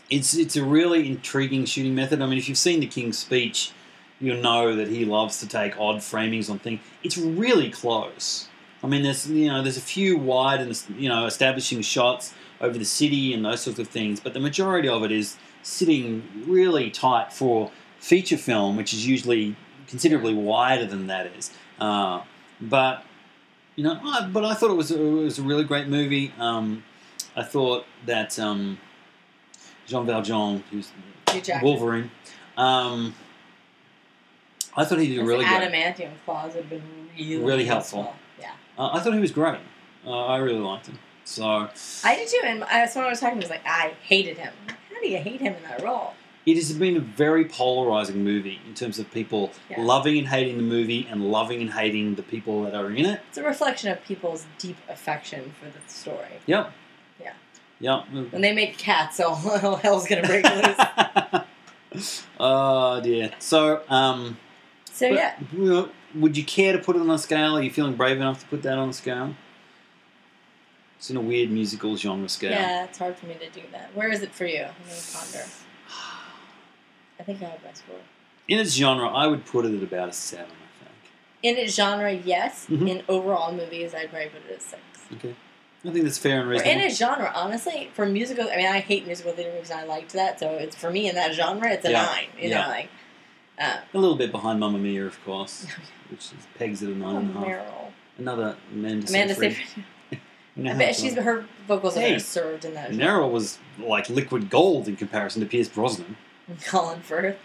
Speaker 9: it's it's a really intriguing shooting method. I mean, if you've seen The King's Speech, you'll know that he loves to take odd framings on things. It's really close. I mean, there's you know there's a few wide and you know establishing shots over the city and those sorts of things, but the majority of it is sitting really tight for feature film, which is usually considerably wider than that is. Uh, but you know, I, but I thought it was it was a really great movie. Um, I thought that. Um, Jean Valjean, who's
Speaker 10: Hugh Jackman.
Speaker 9: Wolverine. Um, I thought he did
Speaker 10: Those
Speaker 9: really good.
Speaker 10: adamantium claws would have been really
Speaker 9: Really helpful.
Speaker 10: Yeah,
Speaker 9: Uh, I thought he was great. Uh, I really liked him. So
Speaker 10: I did too. And I, someone I was talking to was like, I hated him. How do you hate him in that role?
Speaker 9: it has been a very polarizing movie in terms of people
Speaker 10: Yeah.
Speaker 9: loving and hating the movie and loving and hating the people that are in it.
Speaker 10: It's a reflection of people's deep affection for the story.
Speaker 9: Yep.
Speaker 10: Yeah.
Speaker 9: Yep.
Speaker 10: When they make cats, all, all hell's gonna break loose.
Speaker 9: Oh dear. So, um,
Speaker 10: So
Speaker 9: but,
Speaker 10: yeah,
Speaker 9: you know, would you care to put it on a scale? Are you feeling brave enough to put that on a scale? It's in a weird musical genre scale.
Speaker 10: yeah, it's hard for me to do that. Where is it for you? I'm gonna ponder. I think I have my score.
Speaker 9: In its genre, I would put it at about a seven.
Speaker 10: In its genre, yes.
Speaker 9: Mhm.
Speaker 10: In overall movies, I'd probably put it at six.
Speaker 9: Okay. I think that's fair and
Speaker 10: Or
Speaker 9: reasonable.
Speaker 10: in its genre, honestly, for musical, I mean, I hate musical theater movies, and I liked that. So it's for me in that genre, it's a
Speaker 9: Yeah.
Speaker 10: nine. You
Speaker 9: Yeah.
Speaker 10: know, like uh,
Speaker 9: A little bit behind Mamma Mia, of course, which is pegs at a nine
Speaker 10: oh,
Speaker 9: and a half.
Speaker 10: Meryl,
Speaker 9: Another Amanda,
Speaker 10: Amanda
Speaker 9: Seyfried.
Speaker 10: Seyfried.
Speaker 9: You know
Speaker 10: I
Speaker 9: how
Speaker 10: bet
Speaker 9: to-
Speaker 10: she's her vocals
Speaker 9: Hey.
Speaker 10: are served in that. genre.
Speaker 9: Meryl was like liquid gold in comparison to Pierce Brosnan.
Speaker 10: Colin Firth.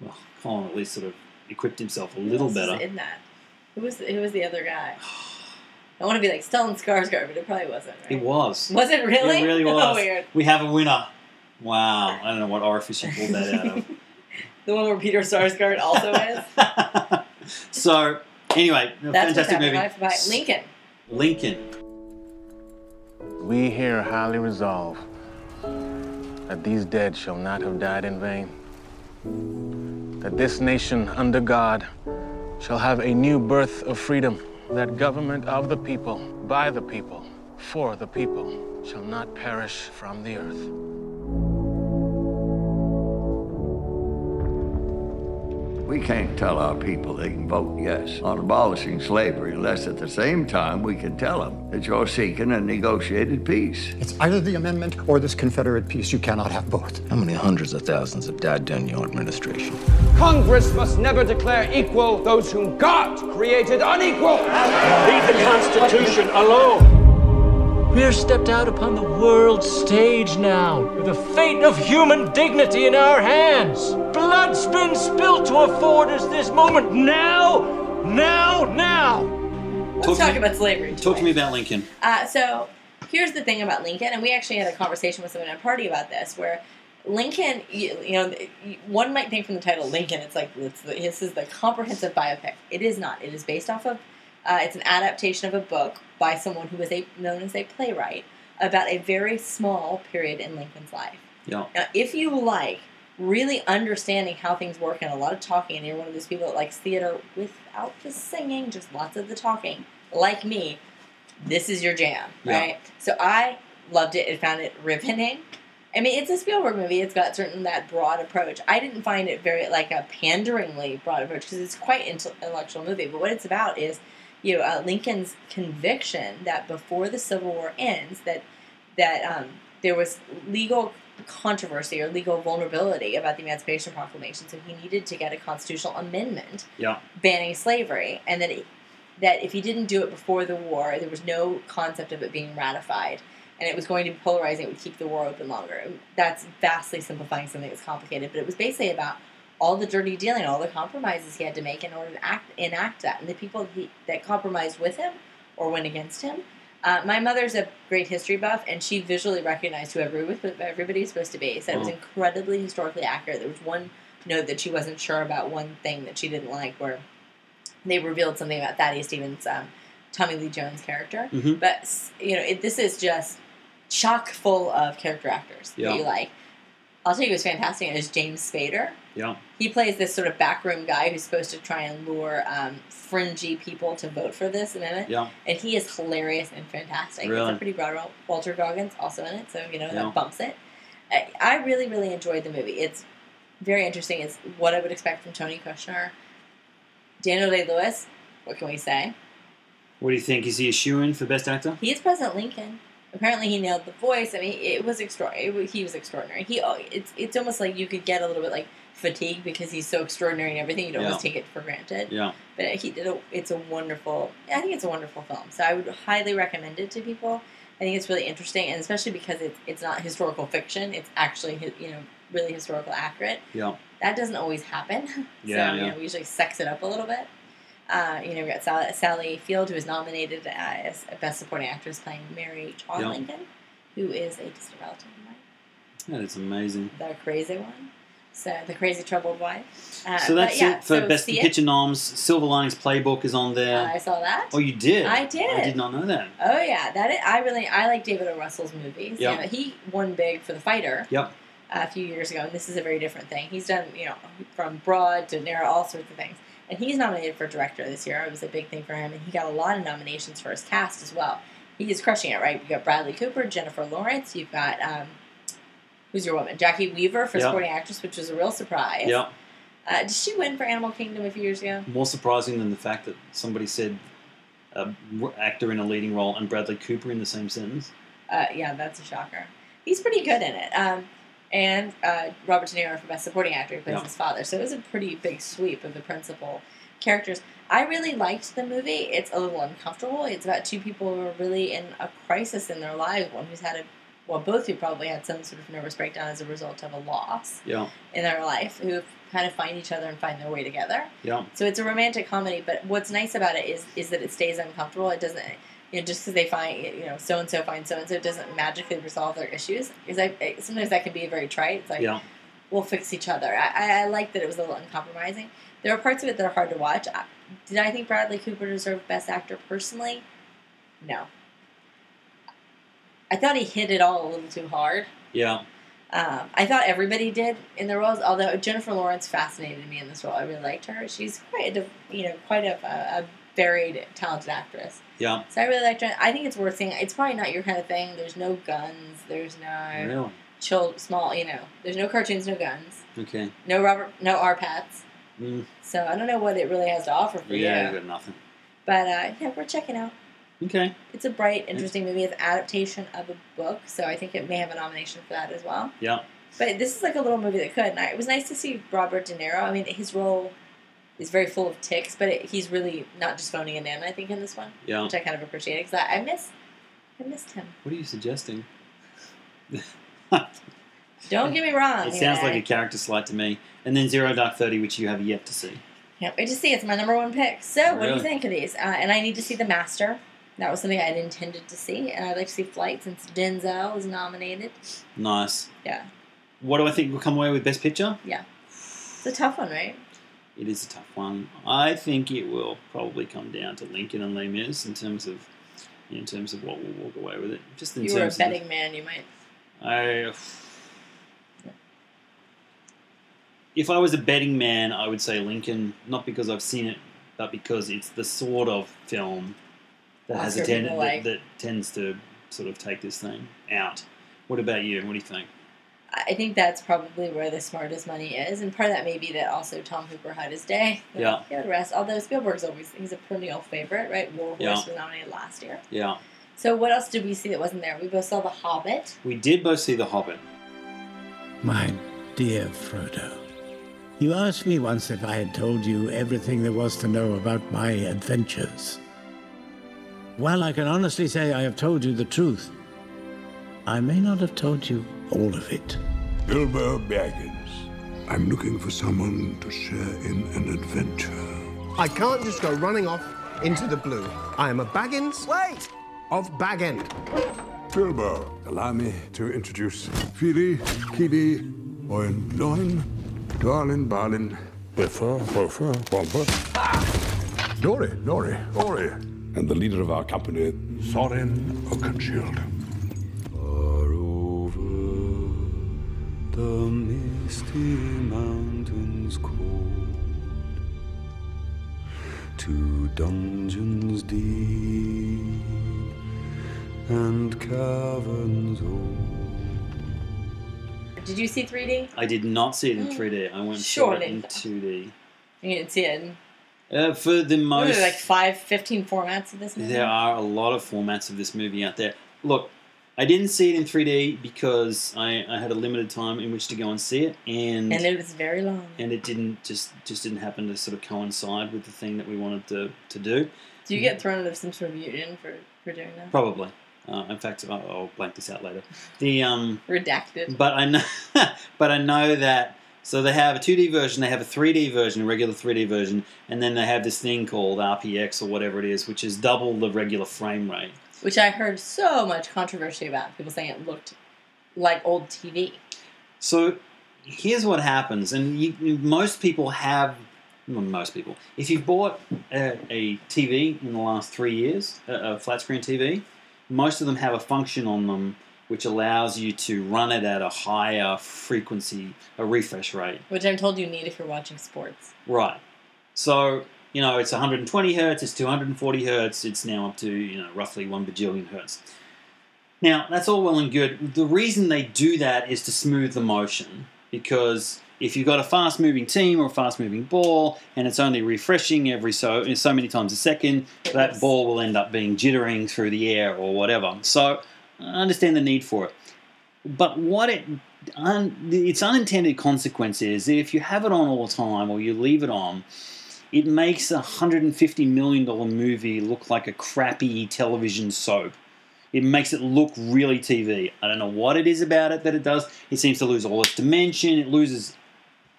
Speaker 9: Well, Colin at least sort of equipped himself a little
Speaker 10: Who else is
Speaker 9: better.
Speaker 10: in that. Who was who was the other guy? I want to be like Stellan Skarsgård, but it probably wasn't. Right?
Speaker 9: It was.
Speaker 10: Was it really?
Speaker 9: It really
Speaker 10: Oh,
Speaker 9: was.
Speaker 10: weird.
Speaker 9: We have a winner. Wow. I don't know what orifice you pulled that out of.
Speaker 10: The one where Peter Skarsgård also is.
Speaker 9: So, anyway, a
Speaker 10: That's what's
Speaker 9: fantastic
Speaker 10: happening.
Speaker 9: movie.
Speaker 10: I forgot. Lincoln.
Speaker 9: Lincoln.
Speaker 20: We here highly resolve that these dead shall not have died in vain. That this nation under God shall have a new birth of freedom. That government of the people, by the people, for the people, shall not perish from the earth.
Speaker 21: We can't tell our people they can vote yes on abolishing slavery unless at the same time we can tell them that you're seeking a negotiated peace.
Speaker 22: It's either the amendment or this Confederate peace. You cannot have both.
Speaker 23: How many hundreds of thousands have died during your administration?
Speaker 24: Congress must never declare equal those whom God created unequal. Leave the Constitution alone.
Speaker 25: We are stepped out upon the world stage now, with the fate of human dignity in our hands. Blood's been spilled to afford us this moment. Now, now, now.
Speaker 10: Let's talk about slavery.
Speaker 9: Talk to me about Lincoln.
Speaker 10: Uh, so here's the thing about Lincoln, and we actually had a conversation with someone at a party about this, where Lincoln, you, you know, you- one might think from the title Lincoln, it's like it's the, this is the comprehensive biopic. It is not. It is based off of. Uh, it's an adaptation of a book by someone who was a, known as a playwright about a very small period in Lincoln's life.
Speaker 9: Yeah.
Speaker 10: Now, if you like really understanding how things work and a lot of talking, and you're one of those people that likes theater without the singing, just lots of the talking, like me, this is your jam,
Speaker 26: Yeah.
Speaker 10: right? So I loved it and found it riveting. I mean, it's a Spielberg movie. It's got certain that broad approach. I didn't find it very like a panderingly broad approach because it's quite inte- intellectual movie. But what it's about is, you know, uh, Lincoln's conviction that before the Civil War ends, that that um, there was legal controversy or legal vulnerability about the Emancipation Proclamation, so he needed to get a constitutional amendment
Speaker 9: Yeah.
Speaker 10: banning slavery, and that it, that if he didn't do it before the war, there was no concept of it being ratified, and it was going to be polarizing. It would keep the war open longer. That's vastly simplifying something that's complicated, but it was basically about all the dirty dealing, all the compromises he had to make in order to act enact that, and the people he, that compromised with him or went against him. Uh, my mother's a great history buff, and she visually recognized who every- who everybody's supposed to be. So it was
Speaker 27: Wow.
Speaker 10: incredibly historically accurate. There was one note that she wasn't sure about, one thing that she didn't like, where they revealed something about Thaddeus Stevens, um, Tommy Lee Jones' character.
Speaker 27: Mhm.
Speaker 10: But s- you know, it, this is just chock full of character actors
Speaker 27: Yeah.
Speaker 10: that you like. I'll tell you, who's fantastic is James Spader.
Speaker 9: Yeah.
Speaker 10: He plays this sort of backroom guy who's supposed to try and lure um, fringy people to vote for this amendment.
Speaker 9: Yeah.
Speaker 10: And he is hilarious and fantastic. It's
Speaker 9: Really?
Speaker 10: a pretty broad role. Walter Goggins also in it, so you know
Speaker 9: Yeah.
Speaker 10: that bumps it. I, I really, really enjoyed the movie. It's very interesting. It's what I would expect from Tony Kushner. Daniel Day Lewis, what can we say?
Speaker 9: What do you think? Is he a shoe in for Best Actor?
Speaker 10: He is President Lincoln. Apparently, he nailed the voice. I mean, it was extraordinary. He was extraordinary. He, oh, it's, it's almost like you could get a little bit like fatigued because he's so extraordinary and everything. You'd almost
Speaker 9: Yeah.
Speaker 10: take it for granted.
Speaker 9: Yeah.
Speaker 10: But he did a, it's a wonderful, I think it's a wonderful film. So I would highly recommend it to people. I think it's really interesting, and especially because it's, it's not historical fiction. It's actually, hi- you know, really historical accurate.
Speaker 9: Yeah.
Speaker 10: That doesn't always happen.
Speaker 9: Yeah,
Speaker 10: so, you
Speaker 9: yeah.
Speaker 10: know, we usually sex it up a little bit. Uh, you know, we got Sally, Sally Field, who was nominated uh, as a Best Supporting Actress playing Mary John
Speaker 9: Yeah.
Speaker 10: Lincoln, who is a distant relative of mine,
Speaker 9: That is amazing.
Speaker 10: the crazy one. So, the crazy troubled wife. Uh,
Speaker 9: so that's
Speaker 10: but, yeah,
Speaker 9: it for
Speaker 10: so
Speaker 9: Best
Speaker 10: see it.
Speaker 9: Picture noms. Silver Linings Playbook is on there.
Speaker 10: I saw that.
Speaker 9: Oh, you did?
Speaker 10: I did.
Speaker 9: I did not know that.
Speaker 10: Oh yeah, that is, I really I like David O. Russell's movies.
Speaker 9: Yeah.
Speaker 10: You know, he won big for The Fighter.
Speaker 9: Yep.
Speaker 10: a few years ago, and this is a very different thing. He's done, you know, from Broad to Narrow, all sorts of things. And he's nominated for director this year. It was a big thing for him, and he got a lot of nominations for his cast as well. He is crushing it, right? You've got Bradley Cooper, Jennifer Lawrence, you've got, um, who's your woman? Jackie Weaver for
Speaker 9: Yeah.
Speaker 10: Supporting Actress, which was a real surprise.
Speaker 9: Yeah.
Speaker 10: Uh, did she win for Animal Kingdom a few years ago?
Speaker 9: More surprising than the fact that somebody said a w- actor in a leading role and Bradley Cooper in the same sentence.
Speaker 10: Uh, yeah, that's a shocker. He's pretty good in it. Um, and uh, Robert De Niro for Best Supporting Actor, who plays
Speaker 9: Yeah.
Speaker 10: his father. So it was a pretty big sweep of the principal characters. I really liked the movie. It's a little uncomfortable. It's about two people who are really in a crisis in their lives. One who's had a, well, both who probably had some sort of nervous breakdown as a result of a loss
Speaker 9: Yeah.
Speaker 10: in their life, who kind of find each other and find their way together.
Speaker 9: Yeah.
Speaker 10: So it's a romantic comedy, but what's nice about it is is that it stays uncomfortable. It doesn't, you know, just because they find you know so and so finds so and so doesn't magically resolve their issues. Is I it- sometimes that can be very trite. It's like
Speaker 9: yeah.
Speaker 10: we'll fix each other. I, I, I like that it was a little uncompromising. There are parts of it that are hard to watch. I, did I think Bradley Cooper deserved Best Actor personally? No. I thought he hit it all a little too hard.
Speaker 9: Yeah.
Speaker 10: Um, I thought everybody did in the roles, although Jennifer Lawrence fascinated me in this role. I really liked her. She's quite a you know quite a, a varied, talented actress.
Speaker 9: Yeah.
Speaker 10: So I really liked her. I think it's worth seeing. It's probably not your kind of thing. There's no guns. There's no
Speaker 9: Really?
Speaker 10: chill, small. You know, there's no cartoons, no guns,
Speaker 9: Okay.
Speaker 10: no Robert, no R pats.
Speaker 9: Mm.
Speaker 10: So I don't know what it really has to offer for
Speaker 9: Yeah,
Speaker 10: you.
Speaker 9: you got nothing.
Speaker 10: But uh, yeah, we're checking out.
Speaker 9: Okay.
Speaker 10: It's a bright, interesting movie. It's an adaptation of a book, so I think it may have a nomination for that as well.
Speaker 9: Yeah.
Speaker 10: But this is like a little movie that could. And I, it was nice to see Robert De Niro. I mean, his role is very full of ticks, but it, he's really not just phoning it in. I think in this one,
Speaker 9: Yeah.
Speaker 10: which I kind of appreciated because I, I miss, I missed him.
Speaker 9: What are you suggesting?
Speaker 10: Oh, Don't get me wrong.
Speaker 9: It
Speaker 10: you
Speaker 9: sounds
Speaker 10: know,
Speaker 9: like a character slight to me. And then Zero Dark Thirty, which you have yet to see.
Speaker 10: Can't wait to see. It's my number one pick. So, what do you
Speaker 9: Really?
Speaker 10: think of these? Uh, and I need to see The Master. That was something I had intended to see, and I'd like to see Flight since Denzel is nominated.
Speaker 9: Nice.
Speaker 10: Yeah,
Speaker 9: What do I think will come away with Best Picture?
Speaker 10: yeah. It's a tough one, right?
Speaker 9: It is a tough one. I think it will probably come down to Lincoln and Les Mis in terms of in terms of what will walk away with it. Just in
Speaker 10: you were a
Speaker 9: terms
Speaker 10: betting
Speaker 9: of
Speaker 10: man. You might.
Speaker 9: the- I, if I was a betting man, I would say Lincoln, not because I've seen it, but because it's the sort of film that has a
Speaker 10: Oscar people
Speaker 9: ten-
Speaker 10: like.
Speaker 9: that, that tends to sort of take this thing out. What about you? What do you think?
Speaker 10: I I think that's probably where the smartest money is, and part of that may be that also Tom Hooper had his day.
Speaker 9: Yeah.
Speaker 10: he would rest. Although Spielberg's always he's a perennial favorite, right? War Horse
Speaker 9: Yeah.
Speaker 10: was nominated last year.
Speaker 9: Yeah.
Speaker 10: So what else did we see that wasn't there? We both saw The Hobbit.
Speaker 9: We did both see The Hobbit.
Speaker 1: My dear Frodo, you asked me once if I had told you everything there was to know about my adventures. Well, I can honestly say I have told you the truth. I may not have told you all of it.
Speaker 2: Bilbo Baggins. I'm looking for someone to share in an adventure.
Speaker 3: I can't just go running off into the blue. I am a Baggins. Wait! Of Baggin.
Speaker 2: Bilbo, allow me to introduce Fili, Kili, Oin Loin, Darlin Barlin, Biffa, Bofa, Bomba, Dory, Lori, Ori, and the leader of our company, Thorin Oakenshield.
Speaker 4: Far over the misty mountains cold to dungeons deep and caverns old.
Speaker 10: Did you see 3D?
Speaker 9: I did not see it
Speaker 10: Mm.
Speaker 9: in 3D. I went sure
Speaker 10: Surely.
Speaker 9: it in 2D.
Speaker 10: You didn't see it. In,
Speaker 9: Uh, for the
Speaker 10: what were
Speaker 9: most,
Speaker 10: there, like five, 15 formats of this movie.
Speaker 9: there are a lot of formats of this movie out there. Look, I didn't see it in 3D because I, I had a limited time in which to go and see it, and
Speaker 10: and it was very long.
Speaker 9: and it didn't just just didn't happen to sort of coincide with the thing that we wanted to to do.
Speaker 10: Do you get thrown out of some sort of union for for doing that?
Speaker 9: Probably. Uh, in fact, I'll, I'll blank this out later. The um,
Speaker 10: Redacted.
Speaker 9: But I know, but I know that. So they have a 2D version, they have a 3D version, a regular 3D version, and then they have this thing called RPX or whatever it is, which is double the regular frame rate.
Speaker 10: Which I heard so much controversy about. People saying it looked like old TV.
Speaker 9: So here's what happens, and you, you- most people have. well, most people, if you've bought a, a TV in the last three years, a, a flat screen TV, most of them have a function on them which allows you to run it at a higher frequency, a refresh rate.
Speaker 10: Which I'm told you need if you're watching sports.
Speaker 9: Right. So, you know, it's 120 hertz, it's 240 hertz, it's now up to, you know, roughly 1 bajillion hertz. Now, that's all well and good. The reason they do that is to smooth the motion because if you've got a fast moving team or a fast moving ball and it's only refreshing every so so many times a second, that ball will end up being jittering through the air or whatever. So, I understand the need for it. But what it un, its unintended consequence is if you have it on all the time or you leave it on, it makes a hundred and fifty million dollar movie look like a crappy television soap. It makes it look really TV. I don't know what it is about it that it does. It seems to lose all its dimension. It loses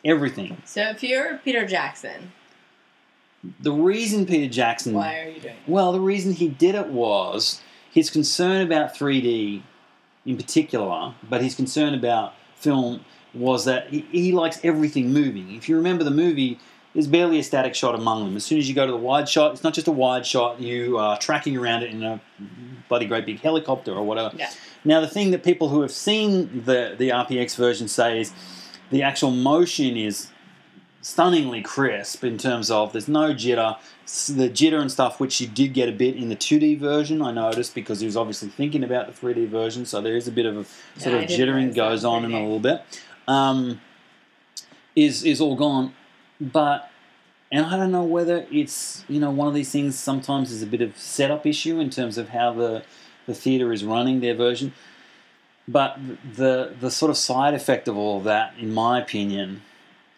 Speaker 9: everything.
Speaker 10: So if you're Peter Jackson,
Speaker 9: The reason Peter Jackson
Speaker 10: why are you doing it?
Speaker 9: Well, the reason he did it was his concern about 3D in particular, but his concern about film was that he, he likes everything moving. If you remember the movie, there's barely a static shot among them. As soon as you go to the wide shot, it's not just a wide shot, you are tracking around it in a bloody great big helicopter or whatever.
Speaker 10: Yeah.
Speaker 9: Now, the thing that people who have seen the, the RPX version say is the actual motion is stunningly crisp in terms of there's no jitter. S- The jitter and stuff, which you did get a bit in the 2D version, I noticed because he was obviously thinking about the 3D version, so there is a bit of a sort
Speaker 5: Yeah, I
Speaker 9: of
Speaker 5: did
Speaker 9: jittering goes on in a little bit. Um, is is all gone, but and I don't know whether it's you know one of these things. Sometimes is a bit of setup issue in terms of how the the theater is running their version. But the the sort of side effect of all that, in my opinion,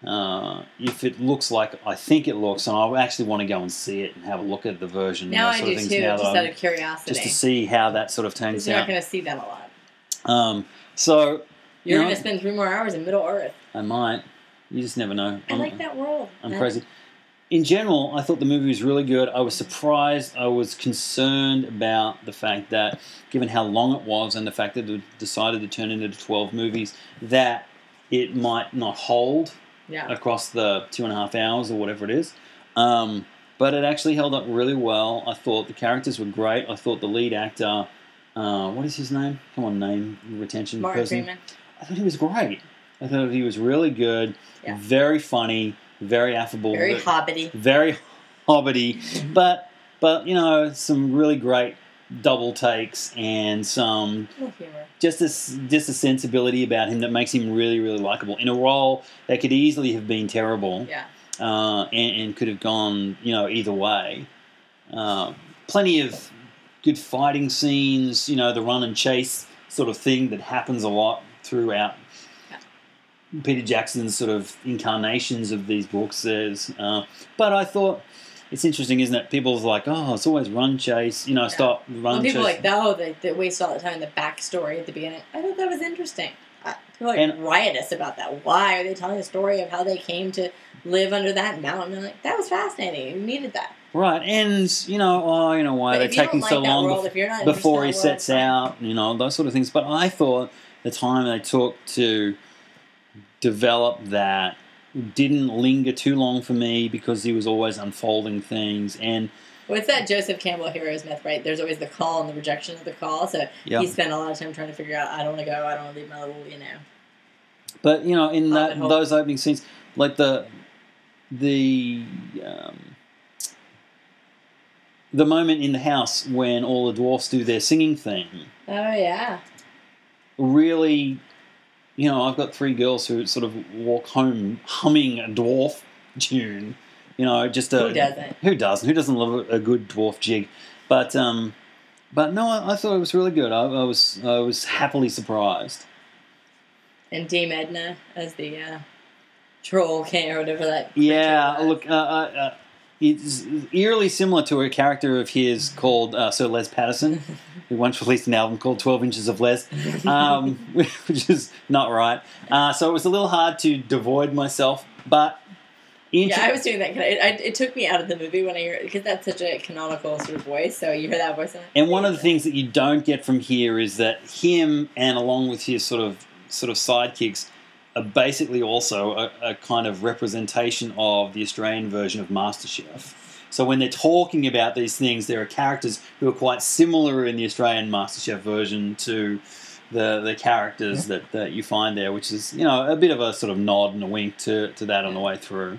Speaker 9: uh, if it looks like I think it looks, and I actually want to go and see it and have a look at the version.
Speaker 10: Now
Speaker 9: and those
Speaker 10: I
Speaker 9: sort
Speaker 10: do
Speaker 9: of things
Speaker 10: too,
Speaker 9: now
Speaker 10: just
Speaker 9: that
Speaker 10: out
Speaker 9: I'm-
Speaker 10: of curiosity.
Speaker 9: just to see how that sort of turns
Speaker 10: Because you're not
Speaker 9: out.
Speaker 10: going to see them a lot.
Speaker 9: Um, so
Speaker 10: You're
Speaker 9: you know,
Speaker 10: going to spend three more hours in Middle Earth.
Speaker 9: I might. You just never know.
Speaker 10: I like that world.
Speaker 9: I'm
Speaker 10: man.
Speaker 9: crazy. In general, I thought the movie was really good. I was surprised. I was concerned about the fact that, given how long it was and the fact that it decided to turn it into 12 movies, that it might not hold
Speaker 10: Yeah.
Speaker 9: across the two and a half hours or whatever it is. Um, but it actually held up really well. I thought the characters were great. I thought the lead actor, uh, what is his name? Come on, name retention
Speaker 10: Martin
Speaker 9: person.
Speaker 10: Freeman.
Speaker 9: I thought he was great. I thought he was really good, very funny, very affable,
Speaker 10: Very hobbity.
Speaker 9: very hobbity. But but you know some really great double takes and some
Speaker 10: Little humor.
Speaker 9: just this just a sensibility about him that makes him really really likable in a role that could easily have been terrible
Speaker 10: Yeah.
Speaker 9: uh, and, and could have gone you know either way. Uh, plenty of good fighting scenes, you know, the run and chase sort of thing that happens a lot throughout Peter Jackson's sort of incarnations of these books. There's, uh, but I thought it's interesting, isn't it? People's like, oh, it's always run chase, you know, stop run
Speaker 10: When people are
Speaker 9: chase.
Speaker 10: like, oh, they, they waste all the time in the backstory at the beginning. I thought that was interesting. I- People are like
Speaker 9: And-
Speaker 10: riotous about that. Why are they telling the story of how they came to live under that mountain? I'm like, that was fascinating. You needed that.
Speaker 9: Right, and you know, oh, you know why
Speaker 10: But
Speaker 9: they're
Speaker 10: if you don't
Speaker 9: taking
Speaker 10: like
Speaker 9: so
Speaker 10: that
Speaker 9: long
Speaker 10: world,
Speaker 9: bef-
Speaker 10: if you're not interested
Speaker 9: before
Speaker 10: in
Speaker 9: he
Speaker 10: that world,
Speaker 9: sets out, you know, those sort of things. But I thought the time they took to develop that didn't linger too long for me because he was always unfolding things and
Speaker 10: What's that Joseph Campbell hero's myth, right? There's always the call and the rejection of the call. So
Speaker 9: Yeah.
Speaker 10: he spent a lot of time trying to figure out, I don't want to go, I don't want to leave my little, you know.
Speaker 9: But you know, in that
Speaker 10: hole.
Speaker 9: those opening scenes, like the the um, the moment in the house when all the dwarfs do their singing thing,
Speaker 10: Oh, yeah.
Speaker 9: really, you know, I've got three girls who sort of walk home humming a dwarf tune. You know, just a
Speaker 10: Who doesn't?
Speaker 9: Who doesn't? Who doesn't love a good dwarf jig? But um, but no, I, I thought it was really good. I, I was I was happily surprised.
Speaker 10: And Dame Edna as the uh, troll king or whatever that.
Speaker 9: Yeah, look, uh, uh, uh, it's eerily similar to a character of his called uh, Sir Les Patterson, who once released an album called 12 Inches of Les, um, which is not right. Uh, so it was a little hard to devoid myself, but.
Speaker 10: Yeah, I was doing that. 'cause It, I, it took me out of the movie when I hear because that's such a canonical sort of voice. So you hear that voice, and
Speaker 9: And one of the things that you don't get from here is that him and along with his sort of sort of sidekicks are basically also a, a kind of representation of the Australian version of MasterChef. So when they're talking about these things, there are characters who are quite similar in the Australian MasterChef version to the the characters that, that you find there, which is you know a bit of a sort of nod and a wink to, to that on the way through.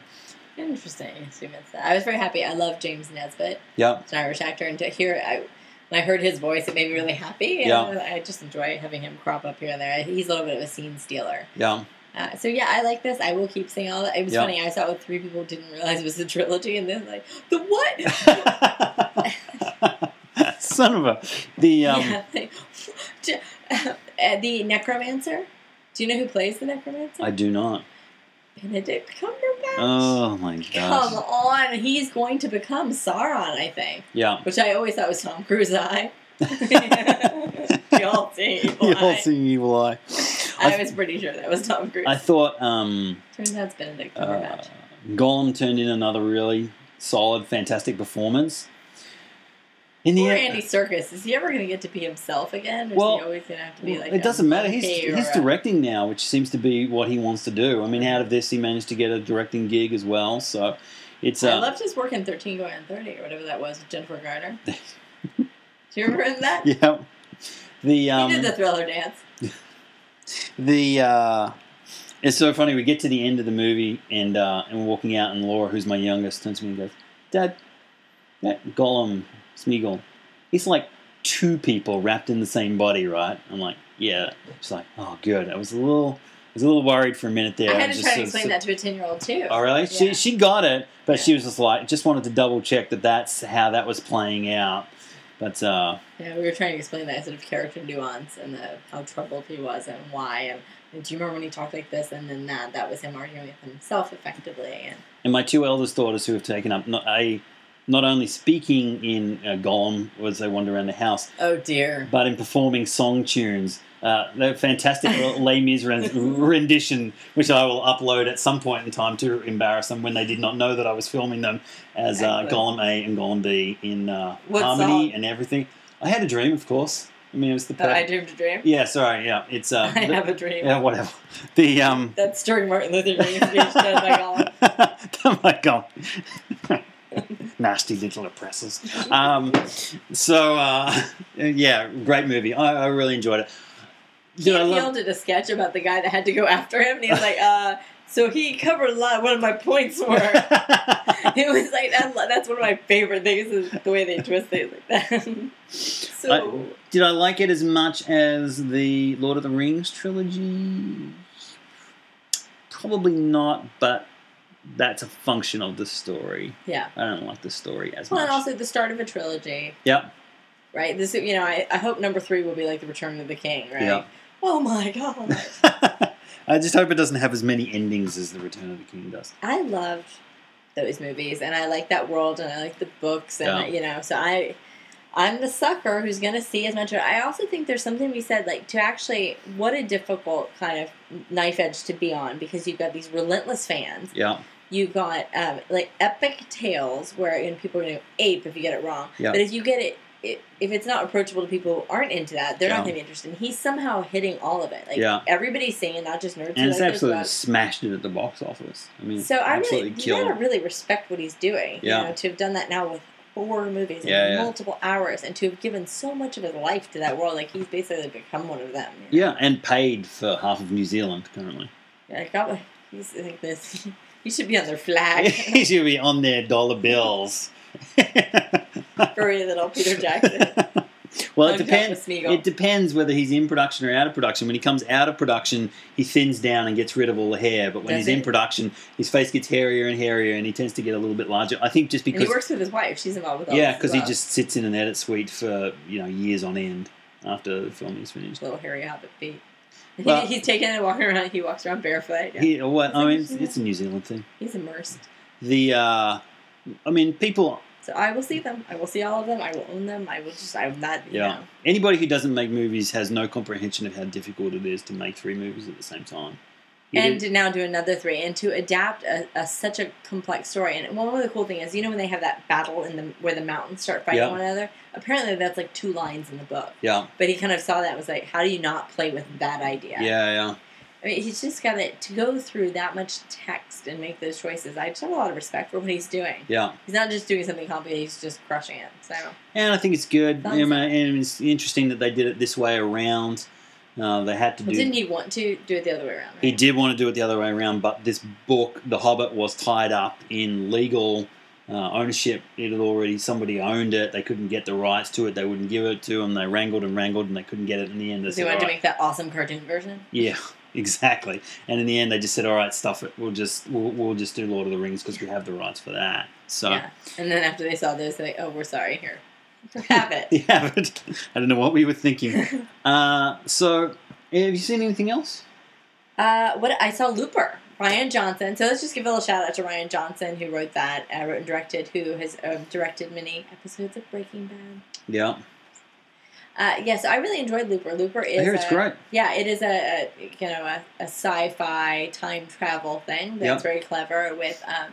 Speaker 10: Interesting. She meant that. I was very happy. I love James Nesbitt.
Speaker 9: Yeah,
Speaker 10: He's an Irish actor, and to hear I, when I heard his voice, it made me really happy. And
Speaker 9: Yeah.
Speaker 10: I just enjoy having him crop up here and there. He's a little bit of a scene stealer.
Speaker 9: yeah,
Speaker 10: Uh, so yeah, I like this. I will keep seeing all that. It was
Speaker 9: Yeah.
Speaker 10: funny. I saw it with three people who didn't realize it was a trilogy, and then like the what?
Speaker 9: son of a the um,
Speaker 10: yeah, like, j- uh, the necromancer. Do you know who plays the necromancer?
Speaker 9: I do not.
Speaker 10: Benedict Cumberbatch.
Speaker 9: Oh my gosh!
Speaker 10: Come on, he's going to become Sauron, I think.
Speaker 9: Yeah.
Speaker 10: Which I always thought was Tom Cruise's eye. Y'all see.
Speaker 9: The whole seeing evil eye.
Speaker 10: I was pretty sure that was Tom Cruise.
Speaker 9: I thought um,
Speaker 10: Turns out it's Benedict
Speaker 9: uh,
Speaker 10: Cumberbatch.
Speaker 9: Gollum turned in another really solid, fantastic performance. In the
Speaker 10: Poor
Speaker 9: end-
Speaker 10: Andy Circus. Is he ever going to get to be himself again? Or
Speaker 9: Well,
Speaker 10: is he always going to have to be like
Speaker 9: it doesn't matter. He's
Speaker 10: monkey or
Speaker 9: he's
Speaker 10: a-
Speaker 9: directing now, which seems to be what he wants to do. I mean, out of this, he managed to get a directing gig as well. So it's
Speaker 10: I
Speaker 9: uh,
Speaker 10: loved his work in 13 Going on 30 or whatever that was with Jennifer Garner. Do you remember that?
Speaker 9: yeah. The um,
Speaker 10: He did the thriller dance.
Speaker 9: the uh, it's so funny. We get to the end of the movie, and uh, and we're walking out, and Laura, who's my youngest, turns to me and goes, "Dad, that Gollum Smeagol, he's like two people wrapped in the same body, right?" I'm like, "Yeah." She's like, "Oh, good." I was a little, I was a little worried for a minute there.
Speaker 10: I had
Speaker 9: was
Speaker 10: to
Speaker 9: just
Speaker 10: try to
Speaker 9: sort of-
Speaker 10: explain that to a 10 year old too.
Speaker 9: Oh, really?
Speaker 10: Yeah.
Speaker 9: She she got it, but she was just like, just wanted to double check that that's how that was playing out. But uh,
Speaker 10: Yeah, we were trying to explain that sort of character nuance and the, how troubled he was and why. And, and do you remember when he talked like this and then that? That was him arguing with himself effectively. And
Speaker 9: and my two eldest daughters who have taken up not a not only speaking in uh, Gollum as they wander around the house,
Speaker 10: oh dear,
Speaker 9: but in performing song tunes. Uh, the fantastic Les Mis ren- rendition, which I will upload at some point in time to embarrass them when they did not know that I was filming them as uh,
Speaker 10: Exactly.
Speaker 9: Gollum A and Gollum B in uh,
Speaker 10: What
Speaker 9: harmony
Speaker 10: song?
Speaker 9: and everything. I had a dream, of course. I mean, it was the
Speaker 10: oh, I
Speaker 9: perfect-
Speaker 10: dreamed a dream.
Speaker 9: Yeah, sorry. Yeah, it's. Uh,
Speaker 10: I have a dream.
Speaker 9: Yeah, whatever. The um,
Speaker 10: That's during Martin Luther King speech done by Gollum.
Speaker 9: oh my god, nasty little oppressors. Um, so uh, yeah, great movie. I, I really enjoyed it.
Speaker 10: He
Speaker 9: Did I love-
Speaker 10: yelled at a sketch about the guy that had to go after him, and he was like, uh, so he covered a lot. One of my points were. it was like, that, that's one of my favorite things is the way they twist things like that. so,
Speaker 9: I- did I like it as much as the Lord of the Rings trilogy? Probably not, but that's a function of the story.
Speaker 10: yeah.
Speaker 9: I don't like the story as
Speaker 10: Well, and
Speaker 9: much.
Speaker 10: also the start of a trilogy.
Speaker 9: Yep.
Speaker 10: right? This, you know, I, I hope number three will be like the Return of the King, right?
Speaker 9: Yeah.
Speaker 10: Oh my god,
Speaker 9: I just hope it doesn't have as many endings as the Return of the King does.
Speaker 10: I loved those movies, and I like that world, and I like the books, and
Speaker 9: Yeah.
Speaker 10: you know, so I, I'm the sucker who's going to see as much. I also think there's something we said, like to actually, what a difficult kind of knife edge to be on because you've got these relentless fans.
Speaker 9: Yeah.
Speaker 10: you got um, like epic tales where you know, people are going to ape if you get it wrong.
Speaker 9: Yeah.
Speaker 10: But if you get it, it, if it's not approachable to people who aren't into that, they're
Speaker 9: Yeah.
Speaker 10: not going to be interested. And he's somehow hitting all of it. Like
Speaker 9: Yeah.
Speaker 10: everybody's singing, not just nerds. who
Speaker 9: And it's
Speaker 10: like those
Speaker 9: absolutely
Speaker 10: rock-
Speaker 9: smashed it at the box office. I mean,
Speaker 10: So I
Speaker 9: absolutely
Speaker 10: really, you
Speaker 9: killed.
Speaker 10: gotta really respect what he's doing.
Speaker 9: Yeah.
Speaker 10: You know, to have done that now with four movies and
Speaker 9: Yeah, yeah.
Speaker 10: multiple hours, and to have given so much of his life to that world, like he's basically become one of them.
Speaker 9: Yeah, and paid for half of New Zealand currently.
Speaker 10: Yeah, I got he's like this. He should be on their flag.
Speaker 9: he should be on their dollar bills.
Speaker 10: Furry little Peter Jackson.
Speaker 9: Well,
Speaker 10: On
Speaker 9: it
Speaker 10: top
Speaker 9: depends.
Speaker 10: of Smeagol.
Speaker 9: It depends whether he's in production or out of production. When he comes out of production, he thins down and gets rid of all the hair. But when
Speaker 10: Does
Speaker 9: he's in
Speaker 10: it?
Speaker 9: production, his face gets hairier and hairier, and he tends to get a little bit larger. I think just
Speaker 10: and he
Speaker 9: because
Speaker 10: works with his wife. She's involved with all
Speaker 9: Yeah,
Speaker 10: this as
Speaker 9: because he
Speaker 10: well.
Speaker 9: just sits in an edit suite for you know years on end after the film is finished.
Speaker 10: little hairy hobbit feet. He-
Speaker 9: Well-
Speaker 10: he's taken and walking around. He walks around barefoot. Yeah.
Speaker 9: He, what I mean,
Speaker 10: He's
Speaker 9: it's, it's a New Zealand thing.
Speaker 10: he's immersed.
Speaker 9: The uh, I mean, people.
Speaker 10: So I will see them. I will see all of them. I will own them. I will just. I'm not. You
Speaker 9: Yeah,
Speaker 10: know.
Speaker 9: anybody who doesn't make movies has no comprehension of how difficult it is to make three movies at the same time. You
Speaker 10: and
Speaker 9: do-
Speaker 10: to now do another three and to adapt a, a such a complex story and one of the cool thing is you know when they have that battle in the where the mountains start fighting
Speaker 9: Yeah.
Speaker 10: one another apparently that's like two lines in the book
Speaker 9: yeah,
Speaker 10: but he kind of saw that and was like how do you not play with that idea
Speaker 9: yeah, yeah.
Speaker 10: I mean, he's just got it to go through that much text and make those choices I just have a lot of respect for what he's doing
Speaker 9: Yeah.
Speaker 10: he's not just doing something complicated he's just crushing it so
Speaker 9: And I think it's good.
Speaker 10: Thumbs
Speaker 9: I mean, and it's interesting that they did it this way around. Uh, they had to
Speaker 10: But
Speaker 9: do.
Speaker 10: didn't he want to do it the other way around?
Speaker 9: He did want to do it the other way around, but this book, The Hobbit, was tied up in legal uh, ownership. It had already somebody owned it. They couldn't get the rights to it. They wouldn't give it to them. They wrangled and wrangled, and they couldn't get it in the end. They
Speaker 10: Because he
Speaker 9: said,
Speaker 10: wanted to
Speaker 9: "All right."
Speaker 10: make that awesome cartoon version.
Speaker 9: Yeah, exactly. And in the end, they just said, "All right, stuff it. We'll just we'll, we'll just do Lord of the Rings because we have the rights for that." So
Speaker 10: Yeah. And then after they saw this, they're like, "Oh, we're sorry. Here, have it."
Speaker 9: yeah, but I don't know what we were thinking. uh, so, have you seen anything else?
Speaker 10: Uh, what I saw Looper, Ryan Johnson. So let's just give a little shout out to Ryan Johnson, who wrote that, uh, wrote and directed, who has um, directed many episodes of Breaking Bad.
Speaker 9: Yeah,
Speaker 10: Uh, yes, I really enjoyed Looper. Looper is
Speaker 9: I hear it's
Speaker 10: a-
Speaker 9: great.
Speaker 10: Yeah, it is a, a you know a, a sci-fi time travel thing
Speaker 9: Yep.
Speaker 10: that's very clever with um,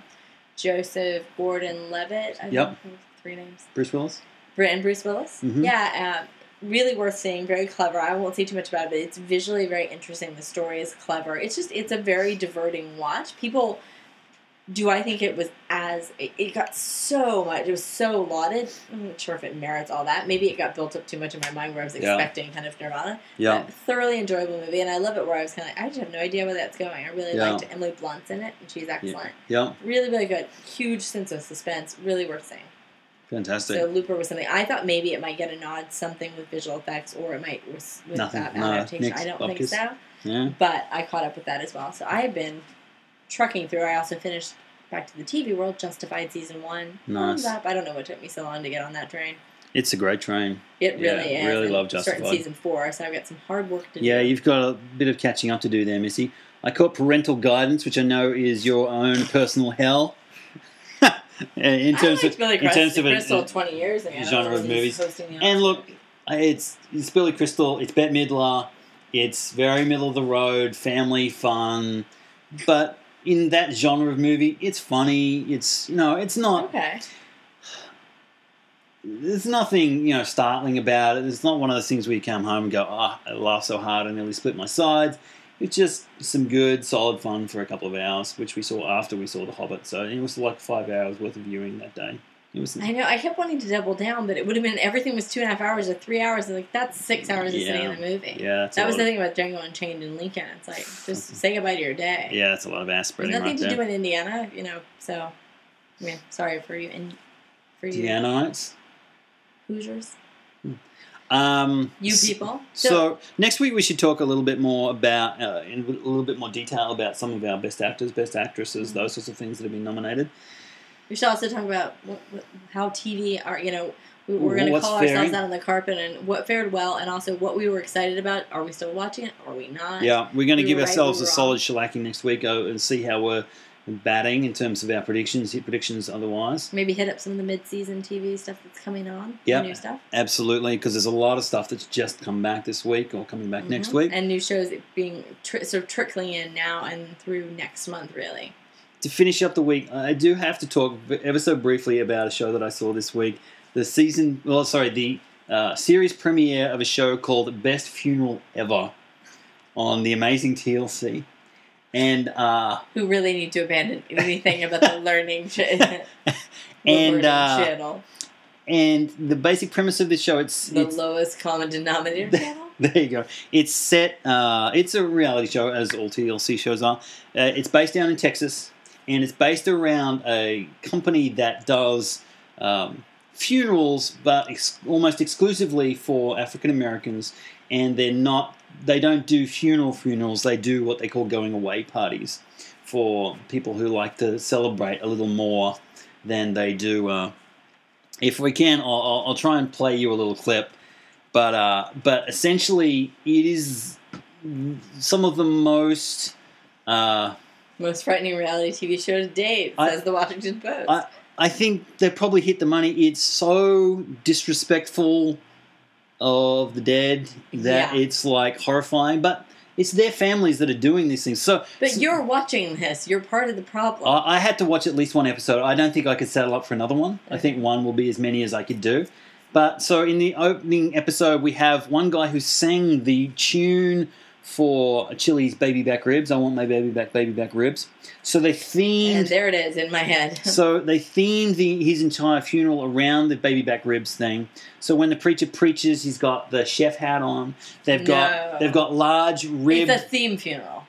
Speaker 10: Joseph Gordon-Levitt. I
Speaker 9: Yep.
Speaker 10: think three names.
Speaker 9: Bruce Willis.
Speaker 10: Br- and Bruce Willis.
Speaker 9: Mhm.
Speaker 10: Yeah, um, really worth seeing. Very clever. I won't say too much about it, but it's visually very interesting. The story is clever. It's just it's a very diverting watch. People, do I think it was as it, it got so much? It was so lauded. I'm not sure if it merits all that. Maybe it got built up too much in my mind where I was
Speaker 9: Yeah.
Speaker 10: expecting kind of Nirvana.
Speaker 9: Yeah.
Speaker 10: But thoroughly enjoyable movie, and I love it. Where I was kind of like, I just have no idea where that's going. I really
Speaker 9: Yeah.
Speaker 10: liked Emily Blunt's in it, and she's excellent.
Speaker 9: Yeah,
Speaker 10: Really, really good. Huge sense of suspense. Really worth seeing.
Speaker 9: fantastic.
Speaker 10: So Looper was something I thought maybe it might get a nod, something with visual effects, or it might with, with
Speaker 9: Nothing.
Speaker 10: that
Speaker 9: No,
Speaker 10: adaptation.
Speaker 9: Nick's
Speaker 10: I don't
Speaker 9: focus.
Speaker 10: think
Speaker 9: yeah.
Speaker 10: so, but I caught up with that as well. So I have been trucking through. I also finished back to the TV world, Justified season one. Thumbs
Speaker 9: Nice.
Speaker 10: up. I don't know what took me so long to get on that train.
Speaker 9: It's a great train.
Speaker 10: It really
Speaker 9: yeah,
Speaker 10: is.
Speaker 9: Really
Speaker 10: and
Speaker 9: love
Speaker 10: starting
Speaker 9: Justified.
Speaker 10: season four, so I've got some hard work to
Speaker 9: Yeah,
Speaker 10: do.
Speaker 9: you've got a bit of catching up to do there, Missy. I caught parental guidance, which I know is your own personal hell. in terms
Speaker 10: I liked
Speaker 9: of
Speaker 10: Billy
Speaker 9: in terms of a-
Speaker 10: Crystal twenty years ago.
Speaker 9: genre of
Speaker 10: He's
Speaker 9: movies.
Speaker 10: hosting the-
Speaker 9: And look, it's it's Billy Crystal, it's Bette Midler, it's very middle of the road, family fun, but in that genre of movie, it's funny. It's you know, it's not.
Speaker 10: Okay.
Speaker 9: There's nothing you know startling about it. It's not one of those things where you come home and go, "Ah, I laughed so hard I nearly split my sides." It's just some good, solid fun for a couple of hours, which we saw after we saw The Hobbit. So it was like five hours worth of viewing that day. It was
Speaker 10: I know. I kept wanting to double down, but it would have been everything was two and a half hours or three hours. And like that's six hours of sitting in
Speaker 9: Yeah.
Speaker 10: the movie.
Speaker 9: Yeah, that's
Speaker 10: that
Speaker 9: a
Speaker 10: was
Speaker 9: lot
Speaker 10: the
Speaker 9: of-
Speaker 10: thing about Django Unchained and Lincoln. It's like just say goodbye to your day.
Speaker 9: Yeah, that's a lot of ass
Speaker 10: There's
Speaker 9: spreading
Speaker 10: nothing
Speaker 9: right
Speaker 10: to
Speaker 9: there.
Speaker 10: do in Indiana, you know. So, I mean, sorry for you and for you
Speaker 9: Deanites.
Speaker 10: Hoosiers,
Speaker 9: Um,
Speaker 10: you
Speaker 9: s-
Speaker 10: people.
Speaker 9: So, next week we should talk a little bit more about, uh, in a little bit more detail about some of our best actors, best actresses,
Speaker 10: Mm-hmm.
Speaker 9: those sorts of things that have been nominated.
Speaker 10: we should also talk about what, what, how TV are. You know, we, we're going to
Speaker 9: What's
Speaker 10: call
Speaker 9: faring?
Speaker 10: ourselves out on the carpet and what fared well, and also what we were excited about. Are we still watching it? Are we not?
Speaker 9: Yeah, we're going to
Speaker 10: We
Speaker 9: give
Speaker 10: were right,
Speaker 9: ourselves
Speaker 10: we
Speaker 9: a
Speaker 10: were
Speaker 9: solid shellacking next week uh, and see how we're batting in terms of our predictions, hit predictions otherwise.
Speaker 10: Maybe hit up some of the mid-season TV stuff that's coming on. the
Speaker 9: Yeah,
Speaker 10: new stuff.
Speaker 9: absolutely, because there's a lot of stuff that's just come back this week or coming back next
Speaker 10: Mhm.
Speaker 9: week.
Speaker 10: and new shows being tr- sort of trickling in now and through next month, really.
Speaker 9: to finish up the week, I do have to talk ever so briefly about a show that I saw this week. The season, well, sorry, the uh, series premiere of a show called Best Funeral Ever on the amazing TLC. And uh,
Speaker 10: Who really need to abandon anything about the learning ch- the
Speaker 9: and
Speaker 10: learning
Speaker 9: uh,
Speaker 10: channel,
Speaker 9: and the basic premise of the show it's
Speaker 10: the
Speaker 9: it's-
Speaker 10: lowest common denominator channel.
Speaker 9: There you go. It's set. Uh, it's a reality show, as all TLC shows are. Uh, it's based down in Texas, and it's based around a company that does um, funerals, but ex- almost exclusively for African Americans. And they're not. They don't do funeral funerals. They do what they call going away parties for people who like to celebrate a little more than they do. Uh, if we can, I'll, I'll, I'll try and play you a little clip. But uh, but essentially, it is some of the most. Uh,
Speaker 10: Most frightening reality TV show to date,
Speaker 9: I-
Speaker 10: says the Washington Post.
Speaker 9: I I think they probably hit the money. It's so disrespectful of the dead that
Speaker 10: Yeah.
Speaker 9: it's like horrifying. But it's their families that are doing these things. So
Speaker 10: but you're watching this. You're part of the problem.
Speaker 9: I, I had to watch at least one episode. I don't think I could settle up for another one. I think one will be as many as I could do. But so in the opening episode, we have one guy who sang the tune for Chili's baby back ribs. I want my baby back baby back ribs. So they
Speaker 10: And
Speaker 9: themed
Speaker 10: there it is in my head.
Speaker 9: so they themed the, his entire funeral around the baby back ribs thing. So when the preacher preaches, he's got the chef hat on. They've got
Speaker 10: No.
Speaker 9: they've got large ribs.
Speaker 10: It's a theme funeral.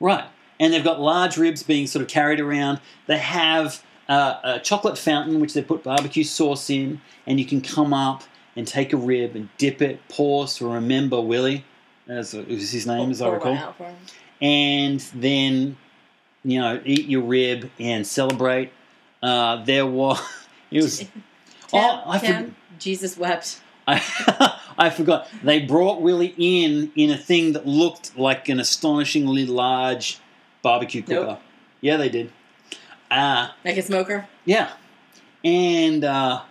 Speaker 9: Right. And they've got large ribs being sort of carried around. They have uh, a chocolate fountain, which they put barbecue sauce in, and you can come up and take a rib and dip it, pause to remember Willie, as is his name, as I
Speaker 10: Pour one
Speaker 9: recall.
Speaker 10: out for 'em.
Speaker 9: And then, you know, eat your rib and celebrate. Uh, there was. It was. oh, I, forg-
Speaker 10: Tim, Jesus wept.
Speaker 9: I, I forgot. They brought Willie in in a thing that looked like an astonishingly large barbecue cooker.
Speaker 10: Nope.
Speaker 9: Yeah, they did. Uh,
Speaker 10: Like a smoker.
Speaker 9: yeah. And uh,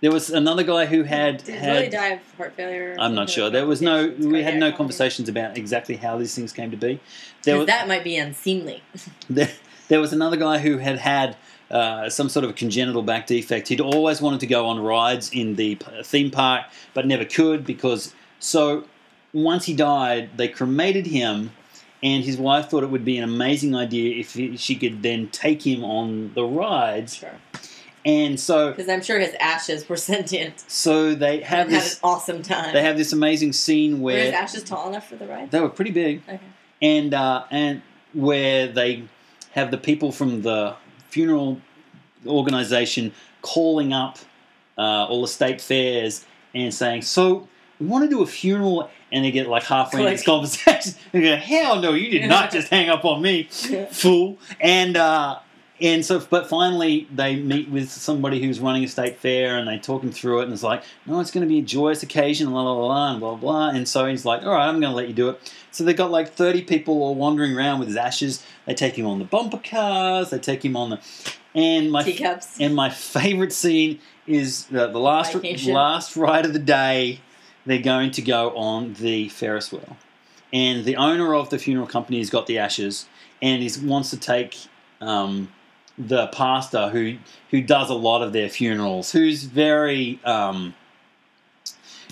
Speaker 9: there was another guy who had.
Speaker 10: Did
Speaker 9: had
Speaker 10: Willie die of heart failure?
Speaker 9: I'm not sure. There was no. We had no conversations about exactly how these things came to be. There
Speaker 10: 'Cause
Speaker 9: was,
Speaker 10: that might be unseemly.
Speaker 9: there, there was another guy who had had uh, some sort of congenital back defect. He'd always wanted to go on rides in the p- theme park, but never could because. So once he died, they cremated him, and his wife thought it would be an amazing idea if he, she could then take him on the rides. And so,
Speaker 10: Because I'm sure his ashes were sentient.
Speaker 9: so they have
Speaker 10: Had an
Speaker 9: this.
Speaker 10: awesome time.
Speaker 9: They have this amazing scene
Speaker 10: were his
Speaker 9: where
Speaker 10: ashes tall enough for the ride?
Speaker 9: they were pretty big
Speaker 10: Okay.
Speaker 9: and uh, and where they have the people from the funeral organization calling up uh, all the state fairs and saying, "So we want to do a funeral," and they get like halfway in this
Speaker 4: Click.
Speaker 9: conversation, and they go, "Hell no, you did not just hang up on me, fool!" And uh, and so, but finally, they meet with somebody who's running a state fair, and they talk him through it, and it's like, "No, it's going to be a joyous occasion," la la la, la, and blah blah. And so he's like, "All right, I'm going to let you do it." So they got like 30 people all wandering around with his ashes. They take him on the bumper cars. They take him on the and my
Speaker 10: Teacups.
Speaker 9: and my favorite scene is the, the last
Speaker 10: Viking ship.
Speaker 9: last ride of the day. They're going to go on the Ferris wheel, and the owner of the funeral company has got the ashes, and he wants to take um, the pastor who who does a lot of their funerals, who's very um,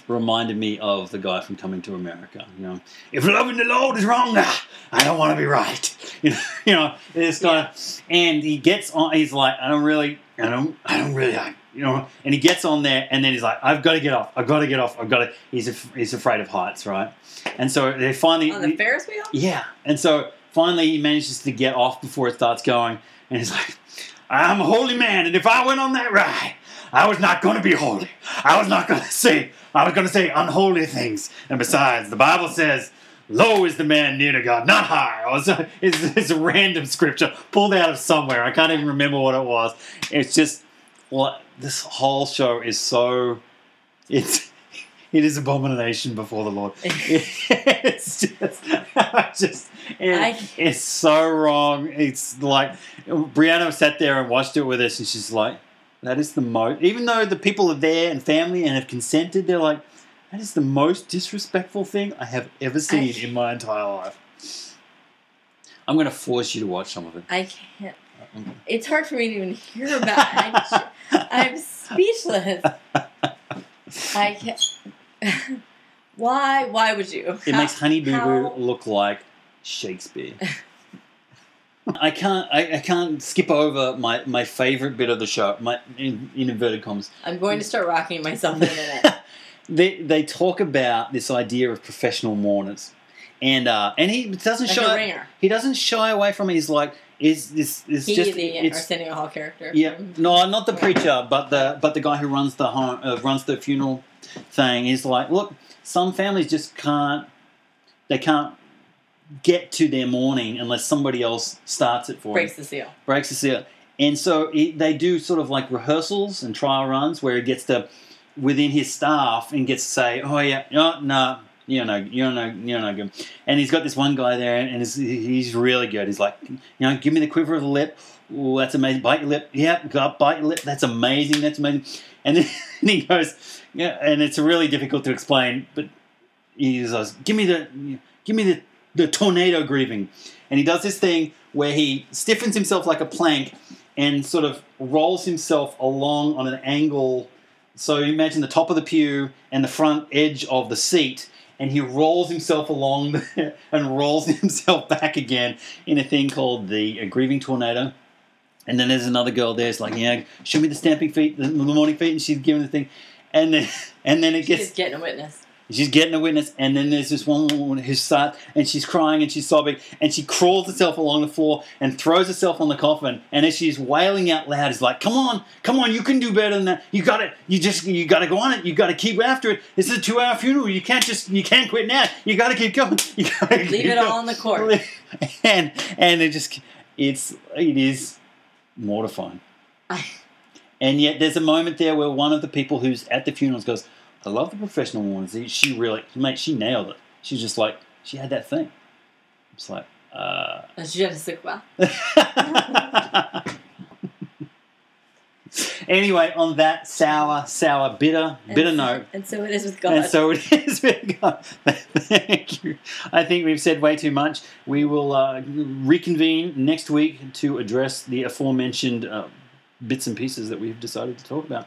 Speaker 9: reminded me of the guy from Coming to America. You know, if loving the Lord is wrong, ah, I don't want to be right. You know, you know it's kind of, and he gets on. He's like, I don't really, I don't, I don't really, I, you know. And he gets on there, and then he's like, I've got to get off. I've got to get off. I've got to. He's af- he's afraid of heights, right? And so they finally
Speaker 10: On Oh, the Ferris wheel?
Speaker 9: yeah, and so finally he manages to get off before it starts going, and he's like, "I'm a holy man, and if I went on that ride, I was not going to be holy. I was not going to say, I was going to say unholy things. And besides, the Bible says." Low is the man near to God, not high. Oh, so It's, it's a random scripture pulled out of somewhere. I can't even remember what it was. It's just, well, this whole show is so, it's, it is abomination before the Lord. it's just, just it- it's so wrong. It's like Brianna sat there and watched it with us, and she's like, "That is the most." Even though the people are there and family and have consented, they're like, "That is the most disrespectful thing I have ever seen in my entire life." I'm going to force you to watch some of it.
Speaker 10: I can't. It's hard for me to even hear about. I, I'm speechless. I can't. Why? Why would you?
Speaker 9: It makes Honey Boo Boo
Speaker 10: How-
Speaker 9: look like Shakespeare. I can't. I, I can't skip over my, my favorite bit of the show. My in, in inverted commas.
Speaker 10: I'm going to start rocking myself in a minute.
Speaker 9: They they talk about this idea of professional mourners, and uh, and he doesn't
Speaker 10: Like a
Speaker 9: shy.
Speaker 10: ringer.
Speaker 9: He doesn't shy away from it. He's like, is this is
Speaker 10: he,
Speaker 9: just
Speaker 10: the
Speaker 9: it's
Speaker 10: Arsenio Hall character.
Speaker 9: yeah. No, not the preacher, but the but the guy who runs the home uh, runs the funeral thing is like, look, some families just can't they can't get to their mourning unless somebody else starts it for
Speaker 10: Breaks
Speaker 9: them.
Speaker 10: the seal.
Speaker 9: Breaks the seal. And so he, they do sort of like rehearsals and trial runs where he gets to within his staff and gets to say, "Oh yeah, no, no, you know, you know, you know, good." And he's got this one guy there, and he's, he's really good. He's like, "You know, give me the quiver of the lip. Ooh, that's amazing. Bite your lip. Yep, got bite your lip. That's amazing. That's amazing." And then he goes, "Yeah," and it's really difficult to explain, but he's like, "Give me the, give me the, the tornado grieving," and he does this thing where he stiffens himself like a plank and sort of rolls himself along on an angle. So imagine the top of the pew and the front edge of the seat, and he rolls himself along the, and rolls himself back again in a thing called the uh, grieving tornado. And then there's another girl there. It's like, yeah, show me the stamping feet, the, the morning feet, and she's giving the thing, and then and then it
Speaker 10: She's
Speaker 9: gets
Speaker 10: getting a witness.
Speaker 9: She's getting a witness, and then there's this one woman who starts, and she's crying and she's sobbing, and she crawls herself along the floor and throws herself on the coffin. And as she's wailing out loud, it's like, "Come on, come on, you can do better than that. You got it. You just, you got to go on it. You got to keep after it. This is a two-hour funeral. You can't just, you can't quit now. You got to keep going. You gotta
Speaker 10: Leave
Speaker 9: keep
Speaker 10: it all
Speaker 9: going."
Speaker 10: on the court.
Speaker 9: and and it just, it's, it is mortifying. And yet, there's a moment there where one of the people who's at the funerals goes, "I love the professional woman. She- She really, mate, she nailed it. She's just like she had that thing." It's like, uh,
Speaker 10: That's just a well.
Speaker 9: anyway, on that sour, sour, bitter, bitter note.
Speaker 10: And so it is with God.
Speaker 9: And so it is with God. Thank you. I think we've said way too much. We will uh, reconvene next week to address the aforementioned uh, bits and pieces that we've decided to talk about.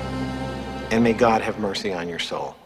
Speaker 13: and may God have mercy on your soul.